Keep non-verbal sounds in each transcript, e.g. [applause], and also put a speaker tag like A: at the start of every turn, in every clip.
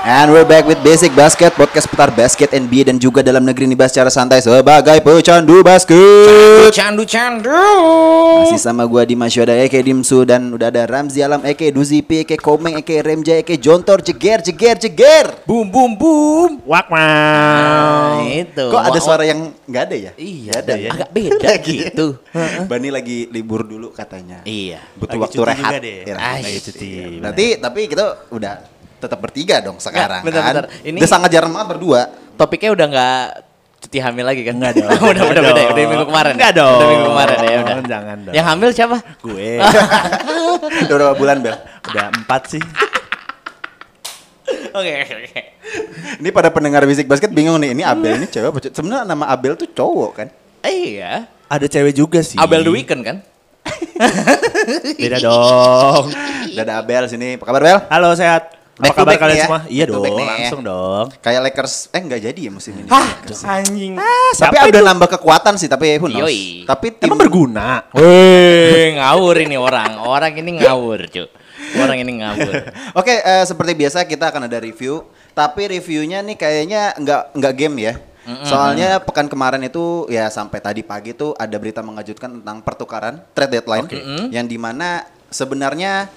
A: And we're back with Basic Basket, podcast putar basket NBA dan juga dalam negeri ini bahas secara santai sebagai pecandu basket.
B: Candu candu.
A: Masih sama gua di Syuada, Eke Dimsu dan udah ada Ramzi Alam, Eke Duzipi, Eke Komeng, Eke Remja, Eke Jontor, Jeger, Jeger, Jeger.
B: Boom boom boom.
C: Wak
B: Nah,
C: wow.
B: itu.
A: Kok ada
B: Wah,
A: suara yang nggak ada ya?
B: Iya,
A: Nggak ada ya.
B: agak
A: [laughs]
B: beda gitu.
A: Bani lagi libur dulu katanya.
B: Iya.
A: Butuh
C: Lagi
A: waktu
C: cuti
A: rehat.
C: juga deh.
A: Ya,
B: Ay,
A: lagi
C: Lagi
A: cuti.
C: cuti,
A: Iya.
C: benar.
A: Berarti tapi kita udah tetap bertiga dong sekarang
B: bentar,
A: kan.
B: bentar. Ini-
A: Udah sangat jarang banget
B: [laughs]
A: berdua.
B: Topiknya udah nggak cuti hamil lagi kan? [laughs]
C: Nggak dong.
B: udah udah beda
C: Nggak
B: ya,
C: dong.
B: udah minggu kemarin. ya?
C: Nggak dong.
B: Udah minggu kemarin ya udah.
C: Jangan dong.
B: Yang hamil siapa?
C: Gue
A: udah berapa bulan Bel?
C: udah empat sih.
B: Oke oke oke.
A: Ini pada pendengar bisik basket bingung nih. Ini Abel ini cewek apa? cowok? Sebenarnya nama Abel tuh cowok kan?
B: Eh, Iya.
C: Ada cewek juga sih.
B: Abel the Weekend kan?
C: Beda dong.
A: Udah ada Abel sini. Apa kabar Bel?
C: Halo sehat. Apa
A: Back to
C: kabar
A: back
C: kalian
A: nih ya.
C: semua? Iya
A: Back to
C: dong.
A: back nih ya.
C: Langsung dong.
A: Kayak Lakers, eh nggak jadi ya musim ini. Lakers.
C: anjing.
A: tapi udah nambah kekuatan sih, tapi who knows.
B: Yoi.
A: Tapi tim
C: Emang berguna.
B: Wih Eh, ngawur ini orang. Orang ini ngawur cu. Orang ini ngawur.
A: [laughs] Oke, eh, seperti biasa kita akan ada review, tapi reviewnya nih kayaknya nggak nggak game ya. Soalnya pekan kemarin itu ya sampai tadi pagi tuh ada berita mengejutkan tentang pertukaran trade deadline yang dimana sebenarnya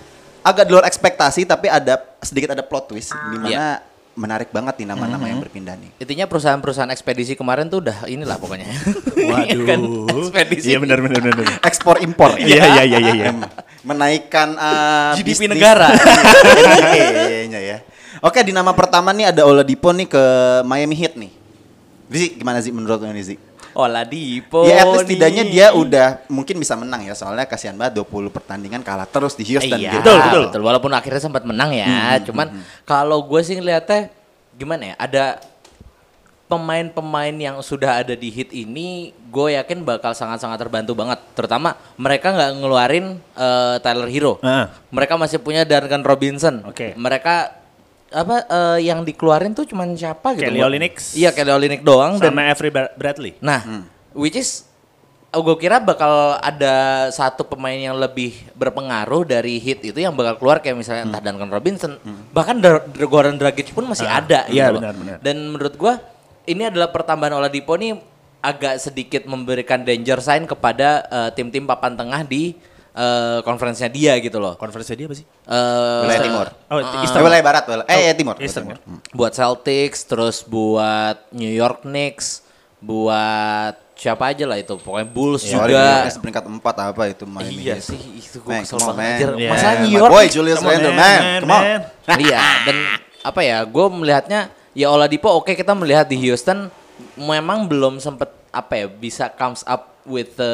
A: agak di luar ekspektasi tapi ada sedikit ada plot twist di mana menarik banget nih nama-nama yang berpindah nih.
B: Intinya perusahaan-perusahaan ekspedisi kemarin tuh udah inilah pokoknya. Iya
C: Waduh.
B: [laughs] kan? Ekspedisi.
C: Iya benar benar benar. benar.
A: Ekspor impor.
C: [laughs]
A: ya.
C: Iya iya iya iya. iya.
A: menaikkan eh,
B: GDP
A: bisnis. Iya,
B: negara.
A: [laughs] Kayaknya ya. Oke, di nama pertama nih ada Oladipo nih ke Miami Heat nih. Zi, gimana sih menurut lo nih Zi?
B: Oladipo.
A: ya at least
B: Oh, nih.
A: tidaknya dia udah mungkin bisa menang ya soalnya kasihan banget 20 pertandingan kalah terus di Houston
B: Iya,
A: gitu.
B: betul, betul, betul. Walaupun akhirnya sempat menang ya,
C: Hmm,
B: cuman kalau gue sih ngeliatnya gimana ya? Ada pemain-pemain yang sudah ada di hit ini, gue yakin bakal sangat-sangat terbantu banget. Terutama mereka nggak ngeluarin eh, Tyler Hero,
C: Heeh.
B: mereka masih punya Duncan Robinson.
C: Oke.
B: Mereka apa eh, yang dikeluarin tuh cuman siapa gitu?
C: Kelly Olynyk.
B: Iya Kelly Olynyk doang dan
C: Sama Avery Bra- Bradley.
B: Nah, which is gue kira bakal ada satu pemain yang lebih berpengaruh dari hit itu yang bakal keluar kayak
C: Hmm.
B: misalnya entah Duncan Robinson, bahkan Dra- Dra- Goran Dragic pun masih ada.
C: iya,
B: loh.
C: benar, benar.
B: Dan menurut gue ini adalah pertambahan Oladipo nih agak sedikit memberikan danger sign kepada eh, tim-tim papan tengah di eh, konferensinya dia gitu loh.
C: Konferensi dia apa sih?
B: Eh,
A: Wilayah timur.
C: Oh,
A: Eh,
C: Eastern.
A: wilayah barat, wilayah- eh ya, timur.
C: Eastern.
A: Timur.
B: buat Celtics, terus buat New York Knicks, buat siapa aja lah itu, pokoknya Bulls
A: Soalnya
B: juga.
A: dia kan peringkat 4 apa itu Miami
B: Iya
A: Heat.
B: sih, itu gue
A: Man, come
B: kesel
A: on,
B: banget
A: man.
B: anjir.
C: Yeah.
B: Masa New
A: My
B: York?
A: Boy Julius
C: Come on,
A: Randle, man.
C: man, man,
A: Come on.
C: man.
B: iya, dan apa ya, gue melihatnya ya Oladipo oke kita melihat di Houston memang belum sempet apa ya bisa comes up with the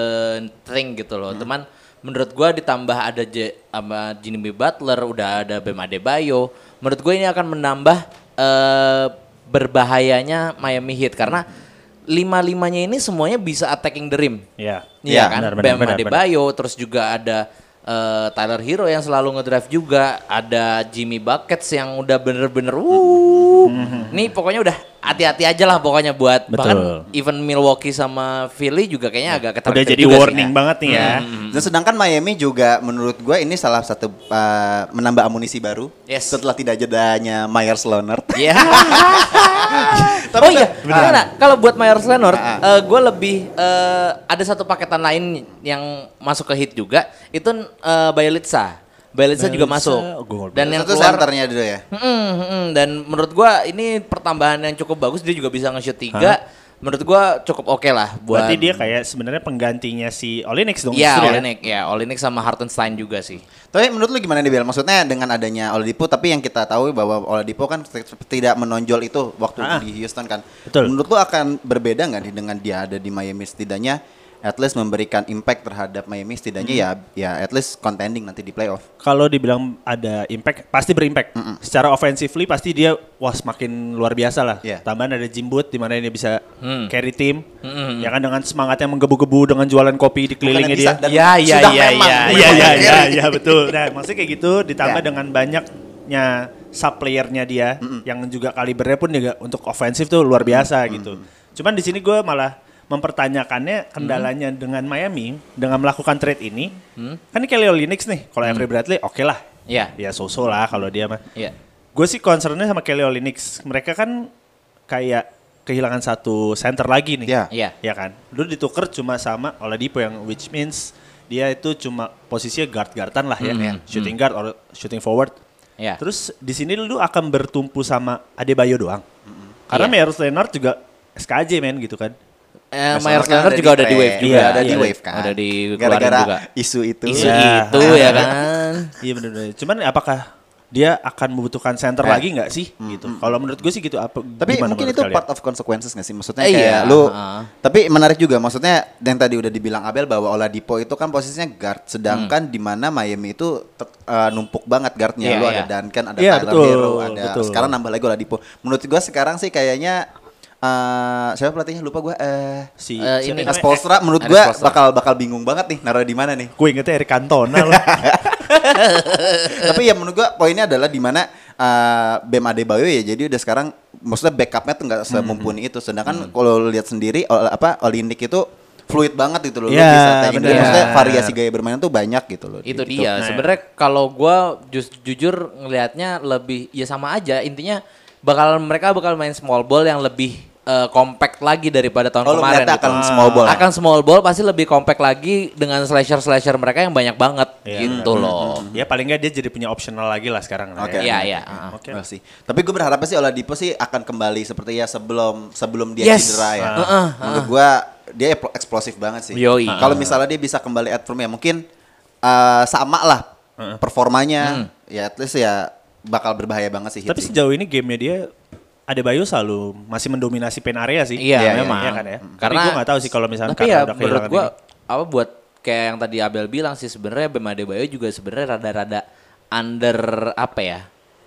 B: thing gitu loh. Teman menurut gua ditambah ada J, sama Jimmy Butler, udah ada Bam Adebayo. Menurut gue ini akan menambah eh, berbahayanya Miami Heat karena lima-limanya ini semuanya bisa attacking the rim.
C: Iya.
B: Iya
A: Iya,
B: kan,
C: benar, benar,
B: Bam
C: benar,
B: Adebayo, terus juga ada eh, Tyler Hero yang selalu ngedrive juga, ada Jimmy Buckets yang udah bener-bener, wuh, nih pokoknya udah hati-hati aja lah pokoknya buat bahkan
C: Mm-hmm. Betul.
B: even Milwaukee sama Philly juga Hmm. kayaknya agak ketat.
C: Udah jadi warning banget nih ya. [laughs]
B: Mm-hmm.
A: Dan sedangkan Miami juga menurut gue ini salah satu uh, menambah amunisi baru
B: Yes.
A: setelah tidak jedanya Myers Leonard.
C: [laughs]
B: Iya.
A: Tapi
B: oh
A: itu-
B: iya,
A: beneran.
B: karena kalau buat Myers Leonard,
A: Ah.
B: gue lebih eh, ada satu paketan lain yang masuk ke hit juga, itu eh, Bayelitsa. Bayelitsa juga
C: Bayelitsa,
B: masuk.
C: gol.
A: [laughs]
B: Dan yang
A: Yang itu
B: keluar
A: senternya dulu ya.
B: Mm-mm, mm-mm. dan menurut gua ini pertambahan yang cukup bagus dia juga bisa nge-shoot 3. Menurut gua cukup oke lah buat
C: Berarti dia kayak sebenarnya penggantinya si Olynyk dong
B: Ya,
C: justru
B: Olenek, ya, Olenek sama Hartenstein juga sih.
A: Tapi menurut lu gimana nih Bel? Maksudnya dengan adanya Oladipo tapi yang kita tahu bahwa Oladipo kan t- tidak menonjol itu waktu
C: Ah.
A: di Houston kan.
C: Betul.
A: Menurut lu akan berbeda nggak nih dengan dia ada di Miami setidaknya at least memberikan impact terhadap Miami setidaknya
B: Hmm.
A: ya ya at least contending nanti di playoff.
C: kalau dibilang ada impact pasti berimpact. Secara offensively pasti dia wah semakin luar biasa lah.
A: Iya.
C: Tambahan ada Jimbut di mana dia bisa carry tim. Ya kan dengan semangatnya menggebu-gebu dengan jualan kopi di kelilingnya
A: bisa
C: dia.
A: dan
B: Ya, ya,
A: sudah memang-
B: ya, ya,
C: Iya
A: memang
C: iya iya
A: carry.
C: iya betul. Nah, maksudnya kayak gitu ditambah
A: Ya.
C: dengan banyaknya sub playernya dia yang juga kalibernya pun juga untuk ofensif tuh luar biasa gitu. Cuman di sini gue malah mempertanyakannya kendalanya dengan Miami dengan melakukan trade ini. Kan ini Kelly Olynyk nih, kalau Avery Bradley oke lah.
B: Iya.
C: Ya so-so lah kalau dia mah.
B: Iya.
C: Gue sih concernnya sama Kelly Olynyk. Mereka kan kayak kehilangan satu center lagi nih.
A: Iya.
B: Iya.
C: Ya kan. Dulu ditukar cuma sama Oladipo yang which means dia itu cuma posisinya guard-guardan lah ya,
B: Hmm.
C: shooting guard or shooting forward.
B: Iya.
C: Terus di sini lu akan bertumpu sama Adebayo doang. Karena
B: Iya.
C: Meyers Leonard juga SKJ men gitu kan.
B: Eh,
A: Sama
B: Myers
A: kan
B: Leonard
A: ada
B: juga ada di
A: trade,
B: wave juga.
A: iya, ada di
B: Iya,
A: wave kan.
B: Ada di
A: gara-gara
B: juga.
A: isu itu.
B: Isu
A: Iya.
C: Iya.
B: itu [laughs] ya kan.
C: Iya benar-benar. Cuman apakah dia akan membutuhkan center
A: Eh.
C: lagi nggak sih gitu. Kalau menurut gue sih gitu apa
A: Tapi
C: gimana
A: mungkin itu
C: menurut kalian?
A: part of consequences gak sih? Maksudnya
B: Eh,
A: kayak
B: iya,
A: lu
B: heeh.
A: Tapi menarik juga maksudnya yang tadi udah dibilang Abel bahwa Oladipo itu kan posisinya guard sedangkan di mana Miami itu tet- eh, numpuk banget guardnya.
B: Hmm. Iya,
A: lu
B: iya.
A: ada Duncan, ada
C: Iya,
A: Tyler
C: betul,
A: Hero, ada
C: betul.
A: sekarang nambah lagi Oladipo. Menurut gua sekarang sih kayaknya eh siapa pelatihnya lupa gua eh
C: si
B: Eh,
C: siapa
B: ini-
C: namanya?
A: Spolstra menurut
B: Ada
A: gua
B: Spoelstra.
A: bakal bakal bingung banget nih naruh di mana nih.
C: Gue ingetnya Eric Cantona
B: [laughs]
C: lah.
A: Tapi ya menurut gua poinnya adalah di mana eh, Bem Adebayo ya jadi udah sekarang maksudnya backupnya tuh nggak semumpuni
B: Hmm.
A: itu. Sedangkan kalau lu lihat sendiri ol- apa Olinik itu fluid banget gitu loh.
B: Iya,
C: Ya,
A: lu bisa tanyain dia.
C: bener.
A: Maksudnya variasi gaya bermain tuh banyak gitu loh.
B: itu
A: Gitu.
B: dia
C: Nah,
B: sebenarnya kalau gua jus- jujur ngelihatnya lebih ya sama aja intinya bakal mereka bakal main small ball yang lebih eh, compact lagi daripada tahun
A: Oh, lu
B: kemarin
A: ngeliatnya
B: gitu.
A: akan small ball ya?
B: akan small ball pasti lebih compact lagi dengan slasher slasher mereka yang banyak banget
C: Iya,
B: gitu
A: Hmm.
B: loh
C: ya paling nggak dia jadi punya optional lagi lah sekarang. lah
A: Oke.
C: ya.
B: iya iya heeh.
C: Oke.
A: Well, sih. Tapi gue berharap sih Oladipo sih akan kembali seperti ya sebelum sebelum dia
B: Yes.
A: cedera ya.
B: Ah. Ah,
A: Menurut gue dia epl- eksplosif banget sih.
B: Yoi. Ah.
A: Kalau misalnya dia bisa kembali at form ya mungkin eh, sama lah performanya.
B: Hmm.
A: Ya at least ya bakal berbahaya banget sih. gitu.
C: Tapi
A: Hit sih.
B: gitu.
C: sejauh ini gamenya dia ada Bayu selalu masih mendominasi pen area sih.
B: Iya,
A: Iya,
B: memang.
C: iya kan ya.
B: Karena
C: Tapi gua nggak tahu sih kalau misalkan
B: Tapi ya
C: karena udah
B: menurut
C: kehilangan
B: gua
C: ini.
B: apa buat kayak yang tadi Abel bilang sih sebenarnya Bem Adebayo juga sebenarnya rada-rada under apa ya?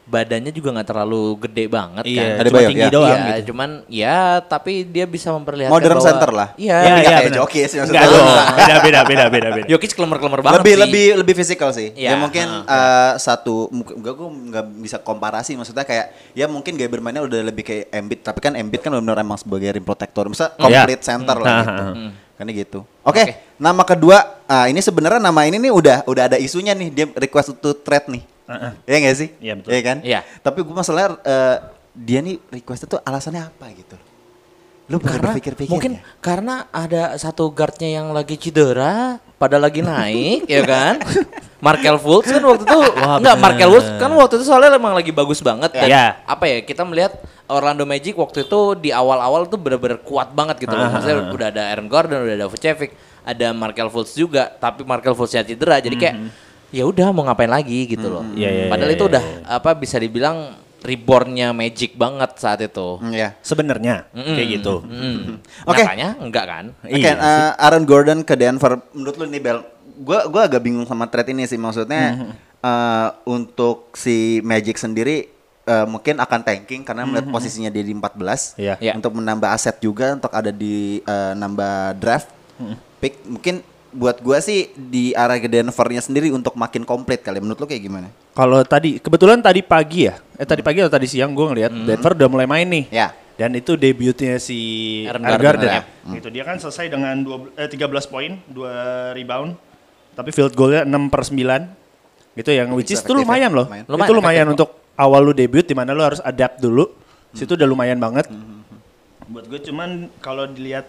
B: Badannya juga nggak terlalu gede banget
C: Iya,
B: kan.
A: Ada
C: cuma
A: Bayu,
C: tinggi
A: ya.
C: doang
B: Iya,
C: gitu.
B: cuman ya tapi dia bisa memperlihatkan
A: Modern
B: bahwa-
A: center lah.
B: Iya.
A: Tapi nggak
C: iya,
A: kayak
C: benar.
A: joki sih maksudnya.
C: Enggak dong. Beda beda beda beda
B: [laughs]
C: beda.
B: Jokic klemer-klemer banget
A: lebih
B: sih.
A: lebih lebih fisikal sih. Ya,
B: Ya,
A: mungkin eh, satu mungkin- enggak gue nggak bisa komparasi maksudnya kayak ya mungkin gaya bermainnya udah lebih kayak Embiid tapi kan Embiid kan benar emang sebagai rim protector. Masa complete center lah
C: Hmm.
A: gitu.
B: Iya. Hmm.
A: Kan gitu. Oke,
B: Oke.
A: nama kedua ah, ini sebenarnya nama ini nih udah udah ada isunya nih dia request to trade nih. Iya nggak sih?
C: Iya, betul.
A: kan?
B: Iya.
A: Tapi gue masalahnya eh, dia nih requestnya tuh alasannya apa gitu. Lu
B: karena
A: pernah pikir-pikir
B: mungkin
A: ya?
B: karena ada satu guardnya yang lagi cedera pada lagi
C: [laughs]
B: naik ya kan Markel Fultz kan waktu itu
C: Wah,
B: enggak
C: bener.
B: Markel Fultz kan waktu itu soalnya emang lagi bagus banget dan
C: Iya.
B: apa ya kita melihat Orlando Magic waktu itu di awal-awal tuh bener-bener kuat banget gitu loh
C: Ah,
B: maksudnya udah ada Aaron Gordon udah ada Vucevic ada Markel Fultz juga tapi Markel Fultznya cedera jadi kayak ya udah mau ngapain lagi gitu loh
C: Mhm. Iya, iya,
B: padahal
C: iya,
B: itu
C: iya,
B: udah apa bisa dibilang rebornnya Magic banget saat itu
A: Hmm, ya.
C: Sebenarnya kayak gitu.
A: Oke.
B: Hmm. Nyatanya enggak kan?
A: Oke,
C: Iya
A: eh, Aaron Gordon ke Denver. Menurut lu nih Bel, gua gua agak bingung sama trade ini sih maksudnya
C: Hmm.
A: eh, untuk si Magic sendiri eh, mungkin akan tanking karena melihat posisinya dia di 14
C: Hmm, Iya.
B: Iya.
A: untuk menambah aset juga untuk ada di eh, nambah draft
C: Hmm.
A: pick mungkin buat gua sih di arah ke Denvernya sendiri untuk makin komplit kali. Menurut lu kayak gimana?
C: Kalau tadi kebetulan tadi pagi ya, eh tadi pagi atau tadi siang gue ngelihat Denver udah mulai main
B: Iya.
C: nih.
A: Ya.
C: Dan itu debutnya si
B: Aaron
C: Aaron
B: Gardner,
C: Gardner.
B: ya.
C: Gitu dia kan selesai dengan 12, eh, 13 poin, 2 rebound. Tapi field goalnya 6 per 9. Gitu yang which is itu
A: efektif ya,
C: lumayan loh.
A: lumayan.
C: itu
B: Lumayan,
C: lumayan
B: efektif
C: untuk awal lu debut di mana lu harus adapt dulu.
A: Hmm.
C: Situ udah lumayan banget. Buat gue cuman kalau dilihat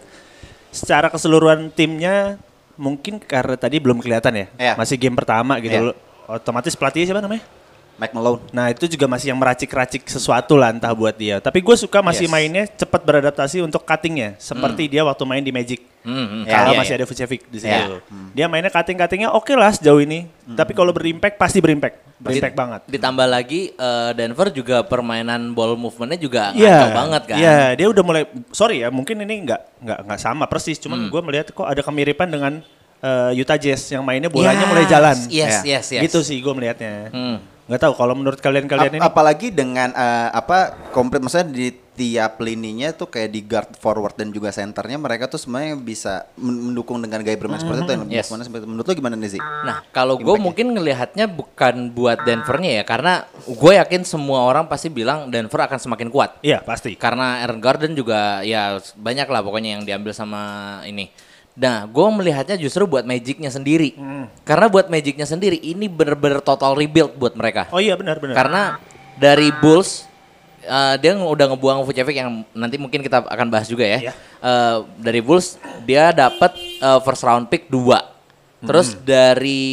C: secara keseluruhan timnya mungkin karena tadi belum kelihatan ya.
A: Iya.
C: Masih game pertama gitu
A: Iya.
C: loh. Otomatis pelatihnya siapa namanya?
A: Mike Malone.
C: Nah itu juga masih yang meracik-racik sesuatu lah entah buat dia. Tapi gue suka masih
A: Yes.
C: mainnya cepat beradaptasi untuk cuttingnya. Seperti dia waktu main di Magic.
B: Hmm, hmm.
A: Ya,
C: Kalau
A: iya,
C: masih ada Vucevic di situ.
B: Iya.
C: Dia mainnya cutting-cuttingnya oke lah sejauh ini. Tapi kalau berimpact pasti berimpact. Berimpact Iya, banget.
B: Ditambah lagi eh, Denver juga permainan ball movementnya juga ngaco
C: Iya,
B: banget kan?
C: Iya, dia udah mulai sorry ya, mungkin ini nggak nggak nggak sama persis, cuman gue melihat kok ada kemiripan dengan eh, Utah Jazz yang mainnya bolanya
B: Yes,
C: mulai jalan.
B: yes,
C: Ya.
B: yes, yes.
C: Gitu sih gue melihatnya.
B: Hmm.
C: Nggak tahu kalau menurut
A: Ap-
C: kalian-kalian ini
A: apalagi dengan eh, apa komplit maksudnya di tiap lininya tuh kayak di guard forward dan juga senternya mereka tuh semuanya bisa men- mendukung dengan gaya bermain seperti itu yang
C: Mm-hmm.
B: Yes.
A: mendukungnya seperti itu. menurut lo gimana nih sih?
B: Nah, kalau gue mungkin ngelihatnya bukan buat Denvernya ya, karena gue yakin semua orang pasti bilang Denver akan semakin kuat.
C: Iya, pasti.
B: Karena Aaron Garden juga ya banyak lah pokoknya yang diambil sama ini. Nah, gue melihatnya justru buat Magicnya sendiri. Karena buat Magicnya sendiri ini bener-bener total rebuild buat mereka.
C: Oh iya benar benar.
B: Karena dari Bulls eh, dia nge- udah ngebuang Vucevic yang nanti mungkin kita akan bahas juga ya.
C: Iya.
B: Eh, dari Bulls dia dapat eh, first round pick 2. Terus dari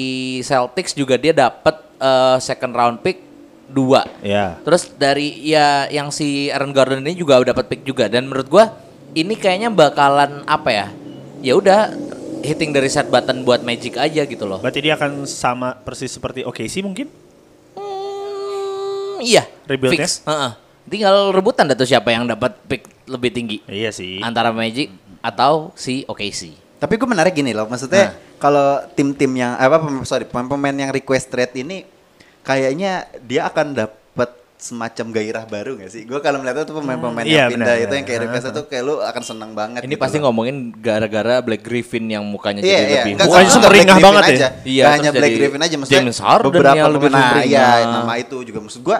B: Celtics juga dia dapat eh, second round pick 2.
C: Ya.
B: Terus dari ya yang si Aaron Gordon ini juga dapat pick juga dan menurut gua ini kayaknya bakalan apa ya? Ya udah hitting dari set button buat Magic aja gitu loh.
C: Berarti dia akan sama persis seperti OKC mungkin?
B: Hmm, iya.
C: Rebuild-nya?
B: fix. Heeh. Tinggal rebutan dah tuh siapa yang dapat pick lebih tinggi
C: Iya sih.
B: antara Magic atau si OKC.
A: Tapi gue menarik gini loh,
C: Nah.
A: maksudnya kalau tim-tim yang apa pem- sorry pemain-pemain yang request trade ini kayaknya dia akan dapat semacam gairah baru gak sih? Gue kalau melihat itu pemain-pemain
C: iya,
A: yang pindah
C: benar,
A: itu yang kayak
C: benar.
A: request itu kayak lu akan senang banget. gitu
B: Ini pasti ngomongin gara-gara Black Griffin yang
A: Iya,
B: mukanya jadi
A: iya.
B: lebih
A: Nggak,
B: murah.
C: Mukanya
A: nggak
C: semeringah
A: Black Griffin
C: banget ya?
A: aja.
B: Iya,
A: Nggak
B: terus
A: hanya Black
B: jadi
A: Griffin aja maksudnya.
B: James Harden
A: beberapa
B: yang lebih
A: pemain- nah, iya,
B: semeringah.
A: nama itu juga maksud gue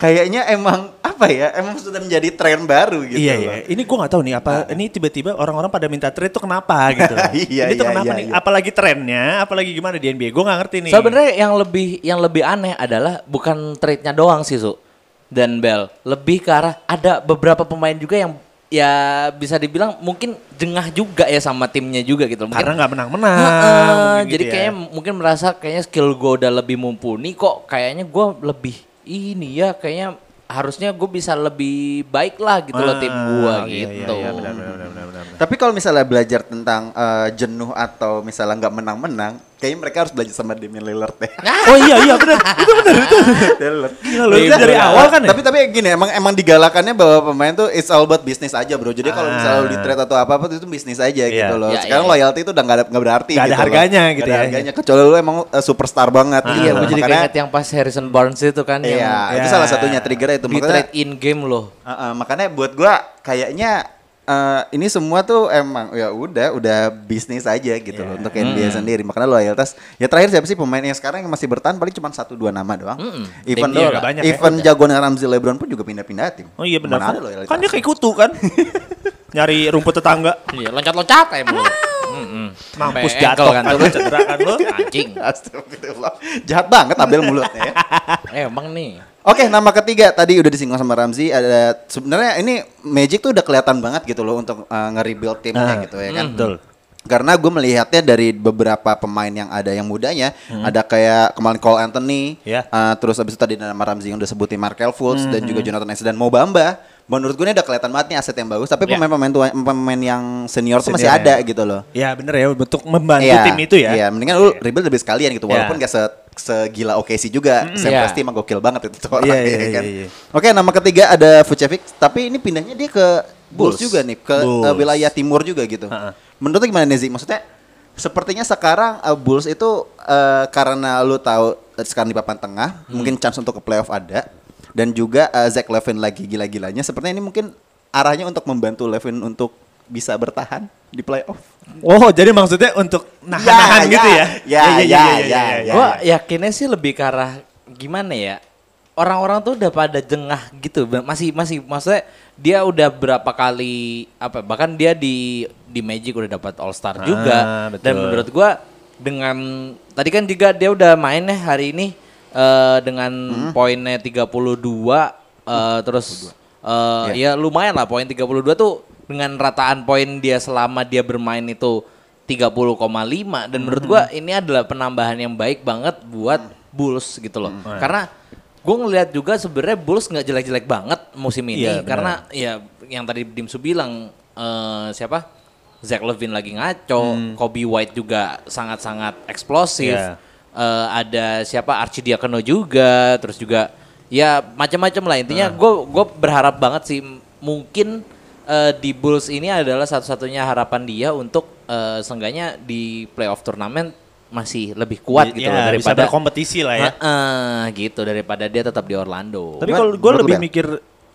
A: kayaknya emang apa ya? Emang sudah menjadi tren baru gitu
C: iya
A: loh.
C: iya. Ini gua nggak tahu nih apa ini tiba-tiba orang-orang pada minta trade tuh kenapa gitu.
A: Iya,
C: ini tuh
A: iya,
C: kenapa
A: iya,
C: nih?
A: iya.
C: Apalagi trennya, apalagi gimana di NBA? Gua nggak ngerti nih.
B: Sebenarnya yang lebih yang lebih aneh adalah bukan trade-nya doang sih, Su. Dan Bell, lebih ke arah ada beberapa pemain juga yang ya bisa dibilang mungkin jengah juga ya sama timnya juga gitu. Mungkin
C: karena nggak menang-menang.
B: Heeh,
C: mungkin gitu
B: jadi
C: ya.
B: kayaknya mungkin merasa kayaknya skill gue udah lebih mumpuni kok kayaknya gue lebih ini ya kayaknya harusnya gue bisa lebih baik lah gitu loh tim gue
C: Ah, iya,
B: gitu.
C: Iya, iya, benar, benar, benar, benar, benar.
A: Tapi kalau misalnya belajar tentang eh, jenuh atau misalnya nggak menang-menang, kayaknya mereka harus belajar sama Damian Lillard deh.
C: Oh iya iya benar. Itu benar itu.
A: Lillard.
C: Gila lu
B: Iya,
C: dari
B: benar.
C: awal kan ya?
A: Tapi tapi gini emang emang digalakannya bahwa pemain tuh it's all about business aja bro. Jadi kalau misalnya lu di trade atau apa apa itu bisnis aja
C: Ah. Iya.
A: gitu loh.
B: Iya,
A: Sekarang
B: iya.
A: loyalty itu udah nggak ada nggak berarti.
C: Nggak ada
A: gitu loh.
C: harganya
A: Nggak
C: gitu
A: ada
C: ya. Ah.
A: harganya kecuali lu emang eh, superstar banget gitu.
B: Iya,
A: loh.
B: gue jadi
A: Makanya-
B: keinget yang pas Harrison Barnes itu kan
A: Iya, itu
B: yang
C: Ya.
A: salah satunya trigger itu
B: di trade in game loh.
A: Uh, uh, makanya buat gua kayaknya uh, ini semua tuh emang ya udah udah bisnis aja gitu
C: Iya.
A: loh untuk NBA sendiri. Makanya loyalitas ya terakhir siapa sih pemain yang sekarang yang masih bertahan paling cuma satu dua nama doang. Even
B: Tim
A: though-
B: dia
C: nggak banyak ya.
A: even jagoan Ramzi LeBron pun juga pindah-pindah tim.
C: Oh iya
A: Mana
C: benar.
A: ada
C: Kan,
A: loyalitas?
C: kan dia kayak kutu kan. [laughs] Nyari rumput tetangga.
B: Iya, loncat-loncat aja mulu. Mm-mm.
C: Mampus
B: Sampai ankle
C: jatuh kan lu [laughs] cedera kan lu.
B: Anjing.
A: [laughs] Astagfirullah. Jahat banget ambil mulutnya ya.
B: Eh, Emang nih.
A: Oke, nama ketiga tadi udah disinggung sama Ramzi ada sebenarnya ini Magic tuh udah kelihatan banget gitu loh untuk uh, nge-rebuild timnya gitu ya kan.
C: Ah, mm, Betul.
A: Karena gue melihatnya dari beberapa pemain yang ada yang mudanya, ada kayak kemarin Cole Anthony,
C: Mm. Ya. Mm-hmm.
A: eh, terus abis itu tadi nama Ramzi yang udah sebutin Markel Fultz dan juga Jonathan Isaac dan Mobamba. Menurut gue ini udah kelihatan banget nih aset yang bagus, tapi
C: Ya.
A: pemain-pemain tua- pemain yang senior tuh masih
C: Senior,
A: ada
C: ya.
A: gitu loh.
C: Ya bener ya untuk membantu tim itu ya.
A: Iya, mendingan lu rebuild lebih sekalian gitu,
C: Ya.
A: walaupun gak se segila OKC juga. Sam
B: Iya.
A: Presti emang gokil banget itu orang
C: Iya,
A: ya
C: iya,
A: kan.
C: iya, iya.
A: Oke, nama ketiga ada Vucevic, tapi ini pindahnya dia ke Bulls,
C: Bulls.
A: juga nih, ke eh,
C: Bulls.
A: wilayah timur juga gitu.
C: Ha-ha.
A: Menurut lu gimana Nezi? Maksudnya sepertinya sekarang eh, Bulls itu eh, karena lu tahu eh, sekarang di papan tengah,
C: Hmm.
A: mungkin chance untuk ke playoff ada dan juga eh, Zach Levin lagi gila-gilanya. Sepertinya ini mungkin arahnya untuk membantu Levin untuk bisa bertahan di playoff.
C: Oh jadi maksudnya untuk nahan-nahan
A: Ya,
C: gitu
A: ya.
C: ya?
A: Ya, ya,
C: iya,
A: ya, ya.
B: Gua yakinnya sih lebih ke arah gimana ya? Orang-orang tuh udah pada jengah gitu. ba- Masih masih maksudnya dia udah berapa kali apa bahkan dia di di Magic udah dapat All Star
C: Ah,
B: juga. Dan
C: betul.
B: menurut gua dengan tadi kan juga dia udah main ya hari ini eh, dengan
C: Hmm.
B: poinnya 32 eh, terus eh,
C: Iya.
B: ya lumayan lah poin 32 tuh dengan rataan poin dia selama dia bermain itu 30,5 dan menurut gua
C: Hmm.
B: ini adalah penambahan yang baik banget buat Bulls gitu loh.
C: Hmm.
B: Karena gue ngelihat juga sebenarnya Bulls nggak jelek-jelek banget musim ini
C: Iya, benar.
B: karena ya yang tadi Dimsu bilang eh, siapa Zach Levine lagi ngaco, Kobe White juga sangat-sangat eksplosif.
C: Hmm. Iya.
B: Eh, ada siapa Archie Diakono juga, terus juga ya macam-macam lah intinya.
C: Nah.
B: Gue berharap banget sih m- mungkin eh, di Bulls ini adalah satu-satunya harapan dia untuk eh, seenggaknya di playoff turnamen masih lebih kuat gitu
C: Ya,
B: loh
C: bisa
B: daripada
C: berkompetisi lah ya.
B: Heeh, gitu daripada dia tetap di Orlando.
C: Tapi
A: Gimana?
C: kalau gue
A: Menurut lu,
C: lebih
A: Bel?
C: mikir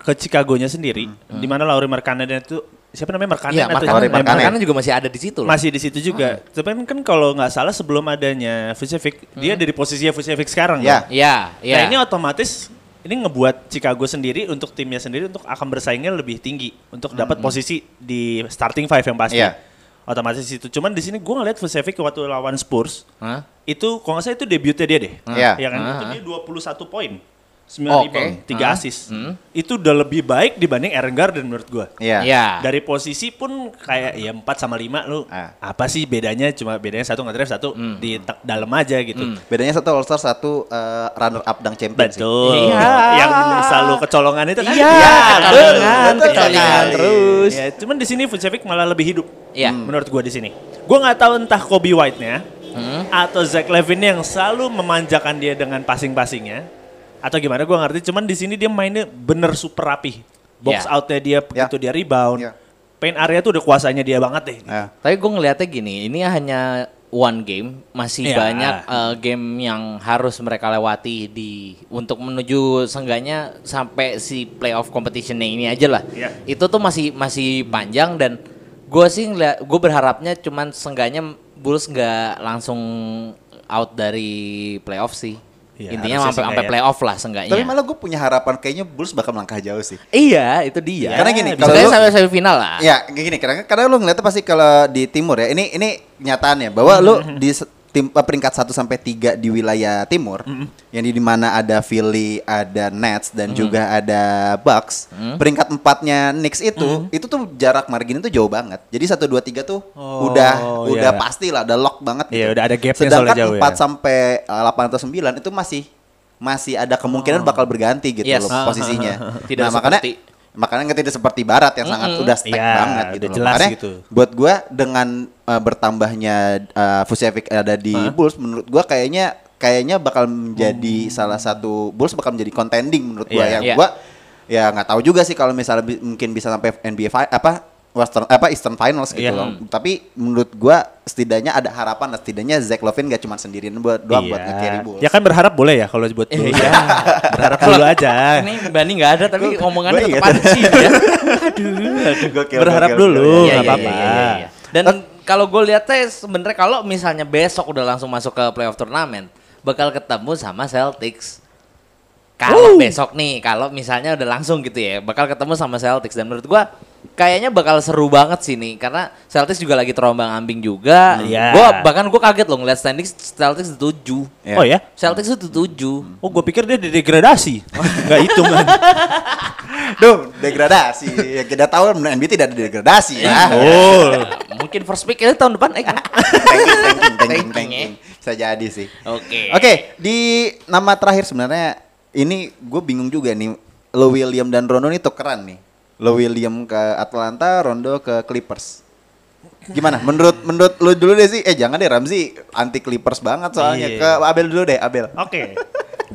C: ke Chicagonya sendiri, di mana Lauri Markkanen itu siapa namanya
B: Hmm.
C: Markkanen
B: Iya,
C: atau
B: makanan,
A: Markkanen.
C: Markkanen.
B: makanan juga masih ada di situ loh.
C: masih di situ juga.
B: Hmm.
C: Tapi kan kalau nggak salah sebelum adanya Vucevic, dia dari posisinya Vucevic sekarang.
A: Ya.
C: kan?
B: Hmm. Iya, iya.
C: Nah ini otomatis ini ngebuat Chicago sendiri untuk timnya sendiri untuk akan bersaingnya lebih tinggi untuk dapat
B: Hmm.
C: posisi di starting five yang pasti.
A: Iya.
C: Otomatis itu. Cuman di sini gue ngeliat Vucevic waktu lawan Spurs
B: Hah?
C: itu kalau nggak salah itu debutnya dia deh.
A: Iya.
C: Ya kan?
B: Ah.
C: Itu dia 21 poin. 9
B: Oke.
C: rebound, 3
B: Ah.
C: assist.
B: Hmm.
C: Itu udah lebih baik dibanding Aaron Garden menurut gua.
A: Iya.
B: Iya.
C: Dari posisi pun kayak ya 4 sama 5 lu
A: Ah.
C: apa sih bedanya cuma bedanya satu nge-drive, satu
B: Hmm.
C: di te- dalam aja gitu.
A: Bedanya satu All Star, satu eh, runner up dan champion sih.
C: Betul.
B: Iya.
C: Yang selalu kecolongan itu kan.
B: Iya,
C: betul.
B: kecolongan,
C: Betul
B: kecolongan
C: sekali.
B: terus.
C: Ya, cuman di sini Vucevic malah lebih hidup.
B: Iya.
C: Hmm. Menurut gua di sini. Gua nggak tahu entah Kobe White-nya
B: Hmm.
C: atau Zach Levine yang selalu memanjakan dia dengan passing-passingnya atau gimana gua nggak ngerti, cuman di sini dia mainnya bener super rapi. Box
B: Iya.
C: out-nya dia begitu dia rebound.
A: Iya.
C: Paint area tuh udah kuasanya dia banget deh.
A: Nah,
B: Tapi gue ngelihatnya gini, ini hanya one game, masih
C: Iya.
B: banyak eh, game yang harus mereka lewati di untuk menuju seenggaknya sampai si playoff competition ini aja lah.
C: Iya.
B: Itu tuh masih masih panjang dan gue sih ngeliat, gue berharapnya cuman seenggaknya Bulls nggak langsung out dari playoff sih.
C: Iya,
B: Intinya
C: harusnya
B: sampai
C: sih
B: sampai
C: nggak ya.
B: playoff lah seenggaknya.
A: Tapi malah gue punya harapan kayaknya Bulls bakal melangkah jauh sih.
B: Iya, itu dia.
A: Karena gini,
B: kalau
A: kalau lu-
B: sampai semifinal lah.
A: Ya, kayak gini karena karena lu ngeliatnya pasti kalau di timur ya. Ini ini nyataannya bahwa lu
C: Mm-hmm.
A: di se- tim eh, peringkat 1 sampai 3 di wilayah timur
C: Mm-hmm.
A: yang di dimana ada Philly, ada Nets dan juga ada Bucks.
C: Mm-hmm.
A: Peringkat empatnya Knicks itu itu tuh jarak margin itu jauh banget. Jadi 1 2 3 tuh
C: Oh,
A: udah udah
C: iya.
A: pasti lah, udah lock banget gitu.
C: Iya, udah ada gapnya
A: Sedangkan
C: soalnya jauh ya.
A: 4 sampai eh, 8 atau 9 itu masih masih ada kemungkinan
C: Oh.
A: bakal berganti gitu
B: Yes.
A: loh
C: Ah,
A: posisinya. nah,
B: Tidak
A: makanya
B: seperti-
A: makanya nggak tidak seperti barat yang sangat udah stack
C: Iya,
A: banget gitu
C: udah
A: loh.
C: jelas
A: Makanya
C: gitu.
A: buat gua dengan uh, bertambahnya uh, Vucevic ada di Bulls menurut gua kayaknya kayaknya bakal menjadi salah satu Bulls bakal menjadi contending menurut gua
C: Hmm. Iya.
A: yang
B: Iya.
A: gua ya nggak tahu juga sih kalau misalnya bi- mungkin bisa sampai NBA fi- apa Western apa Eastern Finals gitu
C: Iya.
A: loh. Tapi menurut gua setidaknya ada harapan lah setidaknya Zach Levine gak cuma sendirian buat doang buat nge-carry Bulls.
C: Ya kan berharap boleh ya kalau buat dulu.
B: Iya.
C: [laughs] berharap dulu aja.
B: [laughs] Ini Bani nggak ada tapi omongannya
A: gua
B: tetap
A: ingat.
B: panci
C: [laughs]
B: ya.
A: Gokil,
C: berharap
A: gokil,
C: dulu,
A: gokil.
C: Oh, nggak
B: Iya, iya,
C: apa-apa.
B: iya, iya, iya. Dan kalau gue lihatnya sebenarnya kalau misalnya besok udah langsung masuk ke playoff turnamen, bakal ketemu sama Celtics. Kalau besok nih, kalau misalnya udah langsung gitu ya, bakal ketemu sama Celtics dan menurut gua kayaknya bakal seru banget sih nih karena Celtics juga lagi terombang ambing juga.
C: Iya.
B: Gua bahkan gua kaget loh ngeliat standing Celtics di 7.
A: Iya.
C: Oh ya?
B: Celtics itu 7.
C: Oh gue pikir dia [laughs] degradasi. Gak hitung kan.
A: Duh, degradasi. Ya, kita tahu NBA tidak ada degradasi
C: Iya.
A: ya.
C: Oh.
B: Mungkin first pick ini tahun depan eh
C: [laughs]
B: gimana?
A: Tanking, tanking, tanking,
B: Tanking, ya.
C: eh.
A: tanking. Bisa jadi sih.
B: Oke.
A: Oke, di nama terakhir sebenarnya ini gue bingung juga nih. Lo William dan Rondo nih tukeran nih. Lo William ke Atlanta, Rondo ke Clippers. Gimana? Menurut menurut lo dulu deh sih. Eh jangan deh Ramzi anti Clippers banget soalnya.
C: Iya.
A: Ke Abel dulu deh, Abel.
C: Oke.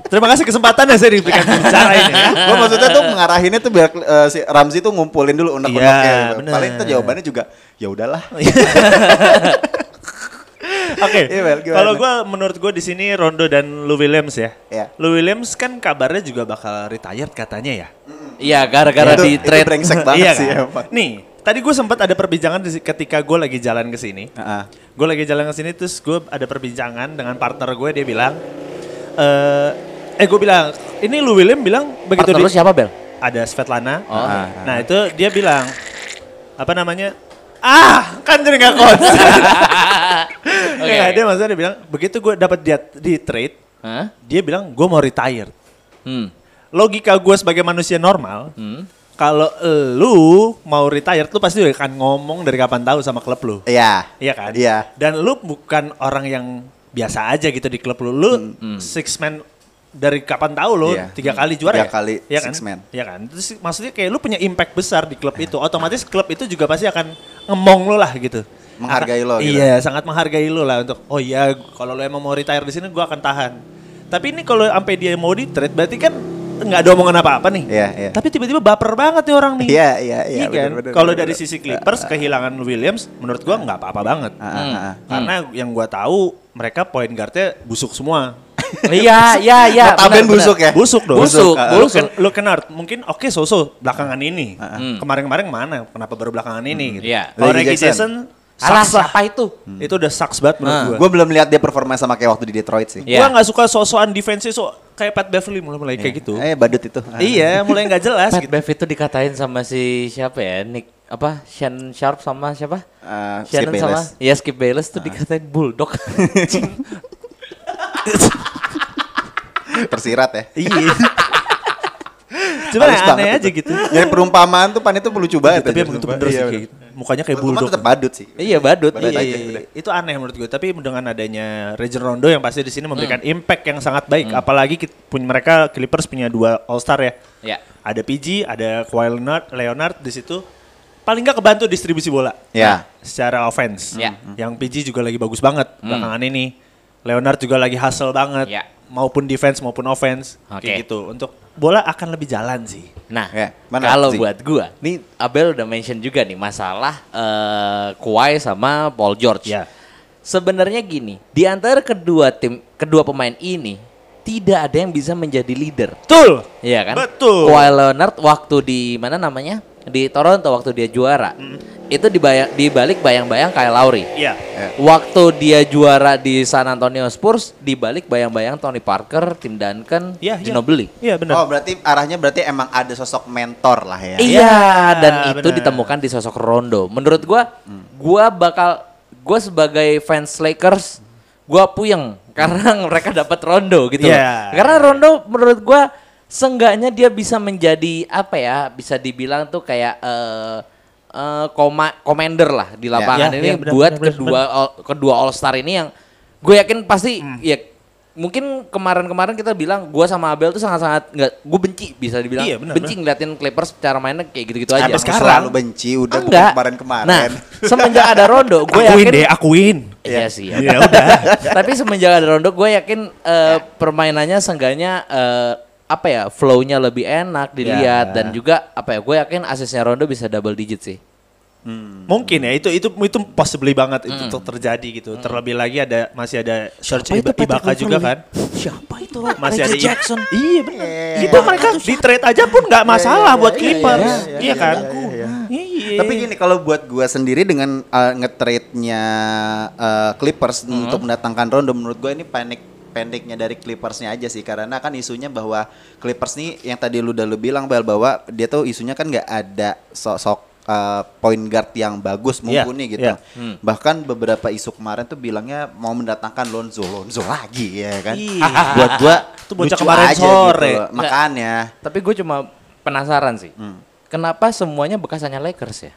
C: Terima kasih kesempatannya saya diberikan bicara ini. ya.
A: gue maksudnya tuh mengarahinnya tuh biar eh, si Ramzi tuh ngumpulin dulu unek-uneknya.
C: Iya,
A: gitu.
C: bener.
A: Paling itu jawabannya juga ya udahlah.
C: [laughs] Oke.
A: Iya, Bel, gimana?
C: Kalau gue menurut gue di sini Rondo dan Lou Williams ya.
A: Iya.
C: Lou Williams kan kabarnya juga bakal retired katanya ya.
B: Iya, gara-gara
A: Itu-
B: di
A: itu
B: trade
A: brengsek banget
C: iya
A: sih
C: kan?
A: emang.
C: Nih, tadi gue sempat ada perbincangan di- ketika gue lagi jalan ke sini.
A: Heeh.
C: Gue lagi jalan ke sini terus gue ada perbincangan dengan partner gue dia bilang eh eh gue bilang ini Lou Williams bilang
A: gitu,
C: begitu
B: Partner lu
C: di,
B: siapa, Bel?
C: ada Svetlana.
B: Oh.
C: Nah, itu dia bilang apa namanya? Ah, kan jadi nggak konsen.
B: [laughs] Oke.
C: Nggak, dia maksudnya dia bilang begitu gue dapat dia di trade,
B: Hah?
C: dia bilang gue mau retire.
B: [laughs] Hmm.
C: Logika gue sebagai manusia normal,
B: Hmm.
C: kalau lu mau retire, lu pasti akan ngomong dari kapan tahu sama klub lu.
A: Iya.
C: Iya kan?
A: Iya.
C: Dan lu bukan orang yang biasa aja gitu di klub lu. Lu six man dari kapan tahu lu
A: Iya.
C: tiga kali juara
A: Tiga kali
C: Iya
A: six man.
C: kan? Iya kan? Terus maksudnya kayak lu punya impact besar di klub itu. Otomatis klub itu juga pasti akan ngemong lu lah gitu.
A: Menghargai
C: Akan-
A: lo gitu.
C: Iya, sangat menghargai lu lah untuk oh iya kalau lu emang mau retire di sini gua akan tahan. Tapi ini kalau sampai dia mau di trade berarti kan nggak ada omongan apa-apa nih.
A: Iya, iya.
C: Tapi tiba-tiba baper banget nih orang nih.
A: Iya, iya, iya,
C: Iya kan?
A: bener-bener,
C: Kalau
A: bener-bener. Nah,
C: dari sisi Clippers hmm. kehilangan Williams menurut gua nggak apa-apa banget.
A: Ah, ah, ah, ah.
C: Karena yang gua tahu mereka point guardnya busuk semua.
B: Iya, iya, iya.
A: Notaben
B: benar, benar.
A: busuk kan ya?
C: Busuk dong.
B: Busuk,
C: Lu
B: busuk.
C: Ken- Lu Kennard mungkin oke Soso belakangan ini.
A: Nah,
C: Kemarin-kemarin mana? Kenapa baru belakangan ini? Gitu.
B: Hmm. Iya.
C: Kalau
A: Reggie
C: Reggie
A: Jackson. Hmm.
C: Jackson,
B: Alah,
C: sucks lah.
B: siapa itu?
C: Itu udah sucks banget menurut
B: Ah.
C: gua.
A: Gue belum lihat dia performa sama kayak waktu di Detroit sih.
B: Iya.
C: Gua nggak suka sosokan defense so kayak Pat Beverly mulai-mulai kayak gitu.
A: Eh badut itu.
C: Iya, mulai nggak jelas
B: Pat
C: gitu.
B: Bev itu dikatain sama si siapa ya? Nick apa? Shannon Sharp sama siapa?
A: Ah, Skip
B: Shannon sama
A: Bayless. Ah.
B: ya Skip Bayless tuh dikatain bulldog.
A: [laughs] Tersirat ya. [laughs]
C: Iya. Cuman ya,
A: Halus
C: aneh
A: banget
C: aja
A: itu.
C: gitu.
A: Nyari perumpamaan tuh pan itu lucu banget. aja,
C: Tapi emang itu
A: sumpah.
C: bener sih
A: Iya,
C: kayak gitu. Mukanya kayak
A: Cuma
C: bulldog.
A: tetap badut sih.
B: Iya badut.
A: Badut
B: iya.
A: aja, udah.
C: itu aneh menurut gue tapi dengan adanya Region Rondo yang pasti di sini memberikan
B: Hmm.
C: impact yang sangat baik apalagi kit- punya mereka Clippers punya dua All Star ya
B: [laughs] Ya.
C: ada PG ada Kawhi Leonard Leonard di situ paling nggak kebantu distribusi bola
A: Ya. Hmm.
C: secara offense
B: Ya. Hmm.
C: yang PG juga lagi bagus banget belakangan ini Leonard juga lagi hustle banget
B: Ya.
C: maupun defense maupun offense
B: Oke.
C: kayak gitu untuk bola akan lebih jalan sih
B: Nah,
A: Ya, mana,
B: kalau
A: Zi?
B: buat gua, nih Abel udah mention juga nih masalah eh Kawhi sama Paul George.
C: Ya.
B: Sebenarnya gini, di antara kedua tim, kedua pemain ini tidak ada yang bisa menjadi leader.
C: betul
B: Iya kan?
C: Betul.
B: Kawhi Leonard waktu di mana namanya? Di Toronto waktu dia juara. Itu dibayang, dibalik bayang-bayang Kyle Lowry.
C: Iya
B: Waktu dia juara di San Antonio Spurs dibalik bayang-bayang Tony Parker, Tim Duncan,
C: iya iya
B: Ginobili.
C: iya benar
A: Oh berarti arahnya berarti emang ada sosok mentor lah ya.
B: Iya, dan itu
C: benar. Hmm.
B: ditemukan di sosok Rondo. Menurut gua, gua bakal gua sebagai fans Lakers, gua puyeng [laughs] karena mereka dapat Rondo gitu. loh.
C: Iya.
B: Karena Rondo menurut gua seenggaknya dia bisa menjadi apa ya? Bisa dibilang tuh kayak eh eh, koma commander lah di lapangan
C: Iya,
B: ini
C: iya, benar,
B: buat
C: benar, benar,
B: kedua Eh, all- kedua All Star ini yang gue yakin pasti
C: Hmm.
B: ya mungkin kemarin-kemarin kita bilang gua sama Abel tuh sangat-sangat nggak gue benci bisa dibilang
C: Iya, benar,
B: benci ngeliatin Clippers cara mainnya kayak gitu-gitu aja.
A: Sampai
B: Emang
A: sekarang
B: selalu
A: lu benci udah
B: Ah,
A: bukan
B: enggak.
A: kemarin-kemarin.
B: Nah, semenjak ada Rondo, gue
C: akuin
B: yakin
C: deh akuin
B: Iya sih. ya.
C: ya udah
B: Tapi semenjak ada Rondo, gue yakin eh,
C: Ya.
B: permainannya seenggaknya eh, apa ya flow-nya lebih enak dilihat
C: Ya.
B: dan juga apa ya gue yakin asisnya Rondo bisa double digit sih.
C: mungkin ya itu itu itu possibly banget itu ter- terjadi gitu terlebih lagi ada masih ada search Iba- Ibaka juga kan
B: Siapa itu?
C: masih ada
B: Reggie
C: I-
B: Jackson.
C: iya benar itu mereka di trade aja pun nggak masalah buat Clippers
A: iya, iya,
C: iya
A: iya,
C: kan
A: iya, iya,
C: iya
A: Tapi gini kalau buat gua sendiri dengan uh, nge-trade-nya uh, Clippers
C: Hmm.
A: untuk mendatangkan Rondo menurut gua ini panik pendeknya dari Clippersnya aja sih karena kan isunya bahwa Clippers nih yang tadi lu udah lu bilang Bel bahwa dia tuh isunya kan nggak ada sosok uh, point guard yang bagus
C: Iya,
A: mumpuni gitu.
C: iya.
A: Bahkan beberapa isu kemarin tuh bilangnya mau mendatangkan Lonzo Lonzo lagi ya kan.
C: Iya.
A: buat gua
C: Itu bocah
A: lucu
C: kemarin
A: aja gitu ya.
C: sore.
A: loh. Makanya
B: Tapi gue cuma penasaran sih. Kenapa semuanya bekasannya Lakers ya?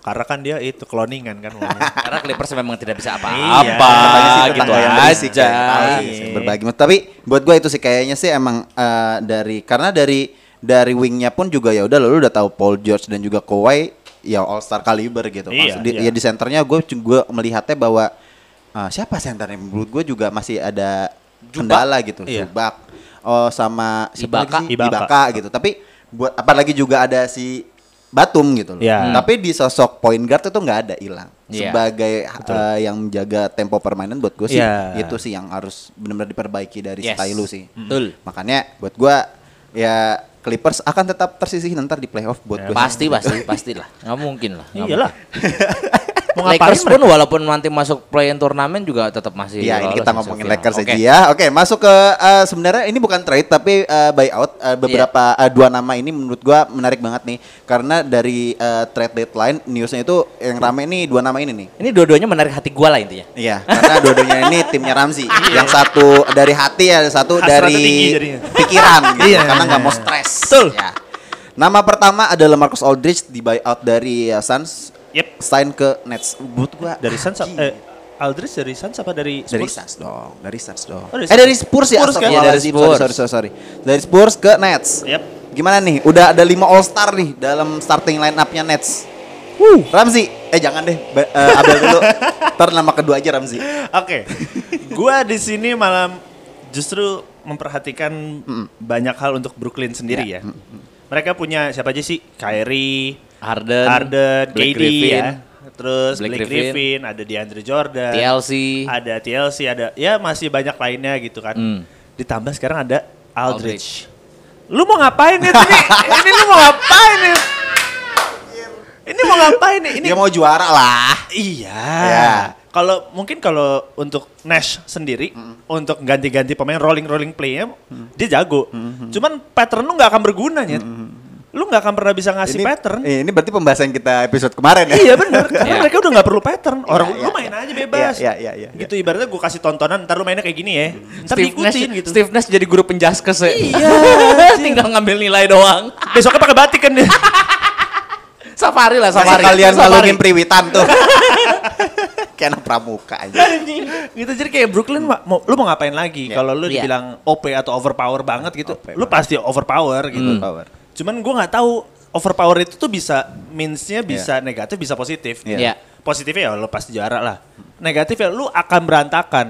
C: karena kan dia itu cloningan kan
B: Karena Clippers memang tidak bisa
C: Iya,
B: apa-apa
A: Katanya sih
B: gitu
A: tetangga yang berisik,
B: aja.
A: kayak tahu sih,
C: Iya.
A: Berbagi. Tapi buat gue itu sih kayaknya sih emang eh, dari karena dari dari wingnya pun juga ya udah lo udah tahu Paul George dan juga Kawhi ya All Star caliber gitu.
C: Iya,
A: Maksud- di-
C: iya.
A: Ya di senternya gue juga melihatnya bahwa eh, siapa senternya menurut gue juga masih ada kendala gitu.
C: Iya.
A: Jubak oh, sama siapa
B: Ibaka.
A: lagi sih?
C: Ibaka.
A: Ibaka gitu. Tapi buat apalagi juga ada si Batum gitu loh.
C: Iya.
A: Tapi di sosok point guard itu nggak ada hilang.
B: Iya.
A: Sebagai eh, yang menjaga tempo permainan buat gue sih
C: Iya.
A: itu sih yang harus benar-benar diperbaiki dari
B: Yes.
A: style lu sih.
B: Betul.
A: Makanya buat gua ya Clippers akan tetap tersisih nanti di playoff buat gue.
B: Ya, Pasti pasti pastilah. Nggak mungkin lah. nggak [laughs]
C: iyalah
B: mungkin.
C: mau ngapain
B: Lakers pun
C: mereka?
B: walaupun nanti masuk play-in turnamen juga tetap masih
A: [laughs] Iya, ini
B: lolos
A: kita
B: masuk
A: ngomongin
B: final.
A: Lakers
B: Oke.
A: aja ya. Oke, masuk ke eh, sebenarnya ini bukan trade tapi eh, buyout
B: Iya.
A: Eh, beberapa eh, dua nama ini menurut gua menarik banget nih karena dari eh, trade deadline newsnya itu yang rame nih dua nama ini nih.
B: Ini dua-duanya menarik hati gua lah intinya.
A: Iya, karena dua-duanya ini timnya Ramzi. yang satu dari hati ya, yang satu
C: Iya. Hasratnya tinggi
A: dari
C: jadinya.
A: pikiran gitu,
C: Iya.
A: karena nggak mau stres.
C: Betul.
A: Ya. Nama pertama adalah Marcus Aldridge di buyout dari uh, Suns,
C: Yep.
A: sign ke Nets. Buat gua
C: dari Suns apa-
A: anjing.
C: eh Aldridge dari Suns apa dari
A: dari
C: Spurs?
A: Suns dong, dari Suns dong.
C: Oh,
A: eh
C: dari Suns.
A: dari Spurs ya,
C: Spurs Iya. kan?
A: Iya, dari
B: Astagfirullahaladzim.
A: Spurs. Sorry, sorry, sorry. Dari Spurs ke Nets.
C: Yep.
A: Gimana nih? Udah ada 5 All Star nih dalam starting line up-nya Nets. Ramzi, eh jangan deh, Ba- eh, Abel dulu.
C: [laughs]
A: Ntar nama kedua aja Ramzi.
C: Oke, gua di sini malam justru memperhatikan banyak hal untuk Brooklyn sendiri ya. Mereka punya siapa aja sih? Kyrie,
B: Harden,
C: Harden,
B: Blake
C: KD
B: Griffin,
C: ya. Terus
B: Blake
C: Blake,
B: Griffin.
C: Griffin. ada DeAndre Jordan,
B: TLC.
C: ada TLC, ada ya masih banyak lainnya gitu kan.
B: Hmm.
C: Ditambah sekarang ada Aldridge. Lu mau ngapain ya ini? ini lu mau ngapain ya? Ini mau ngapain nih? Ini
A: Dia mau juara lah.
C: Iya.
A: Ya.
C: Kalau mungkin kalau untuk Nash sendiri untuk ganti-ganti pemain rolling rolling playnya dia jago. Cuman pattern lu nggak akan bergunanya. lu nggak akan pernah bisa ngasih pattern.
A: eh, Ini berarti pembahasan kita episode kemarin ya.
C: Iya
B: [laughs]
C: bener, karena
B: Iya.
C: mereka udah nggak perlu pattern. Orang
A: Iya,
C: lu
A: iya,
C: main
A: iya.
C: aja bebas.
A: Iya, iya, iya, iya.
C: Gitu ibaratnya gue kasih tontonan, ntar lu mainnya kayak gini ya. Ntar
B: Nash,
C: diikutin gitu.
B: Iya. Steve Nash jadi guru penjaskes ya. [laughs]
C: Iya, anjir.
B: Tinggal ngambil nilai doang. [laughs]
C: Besoknya pakai batik kan dia.
B: Safari lah,
A: Sama
B: safari.
A: kalian
B: safari.
A: ngalungin priwitan tuh. Kayak anak pramuka aja.
C: [laughs] gitu jadi kayak Brooklyn ma- mau, lu mau ngapain lagi
A: Iya.
C: kalau lu
B: Iya.
C: dibilang OP atau overpower banget gitu.
A: OP
C: lu pasti overpower gitu.
A: Overpower.
C: Cuman gua nggak tahu overpower itu tuh bisa means-nya bisa negatif bisa positif.
A: Iya.
B: Iya.
C: Positifnya ya lu pasti juara lah. Negatifnya lu akan berantakan.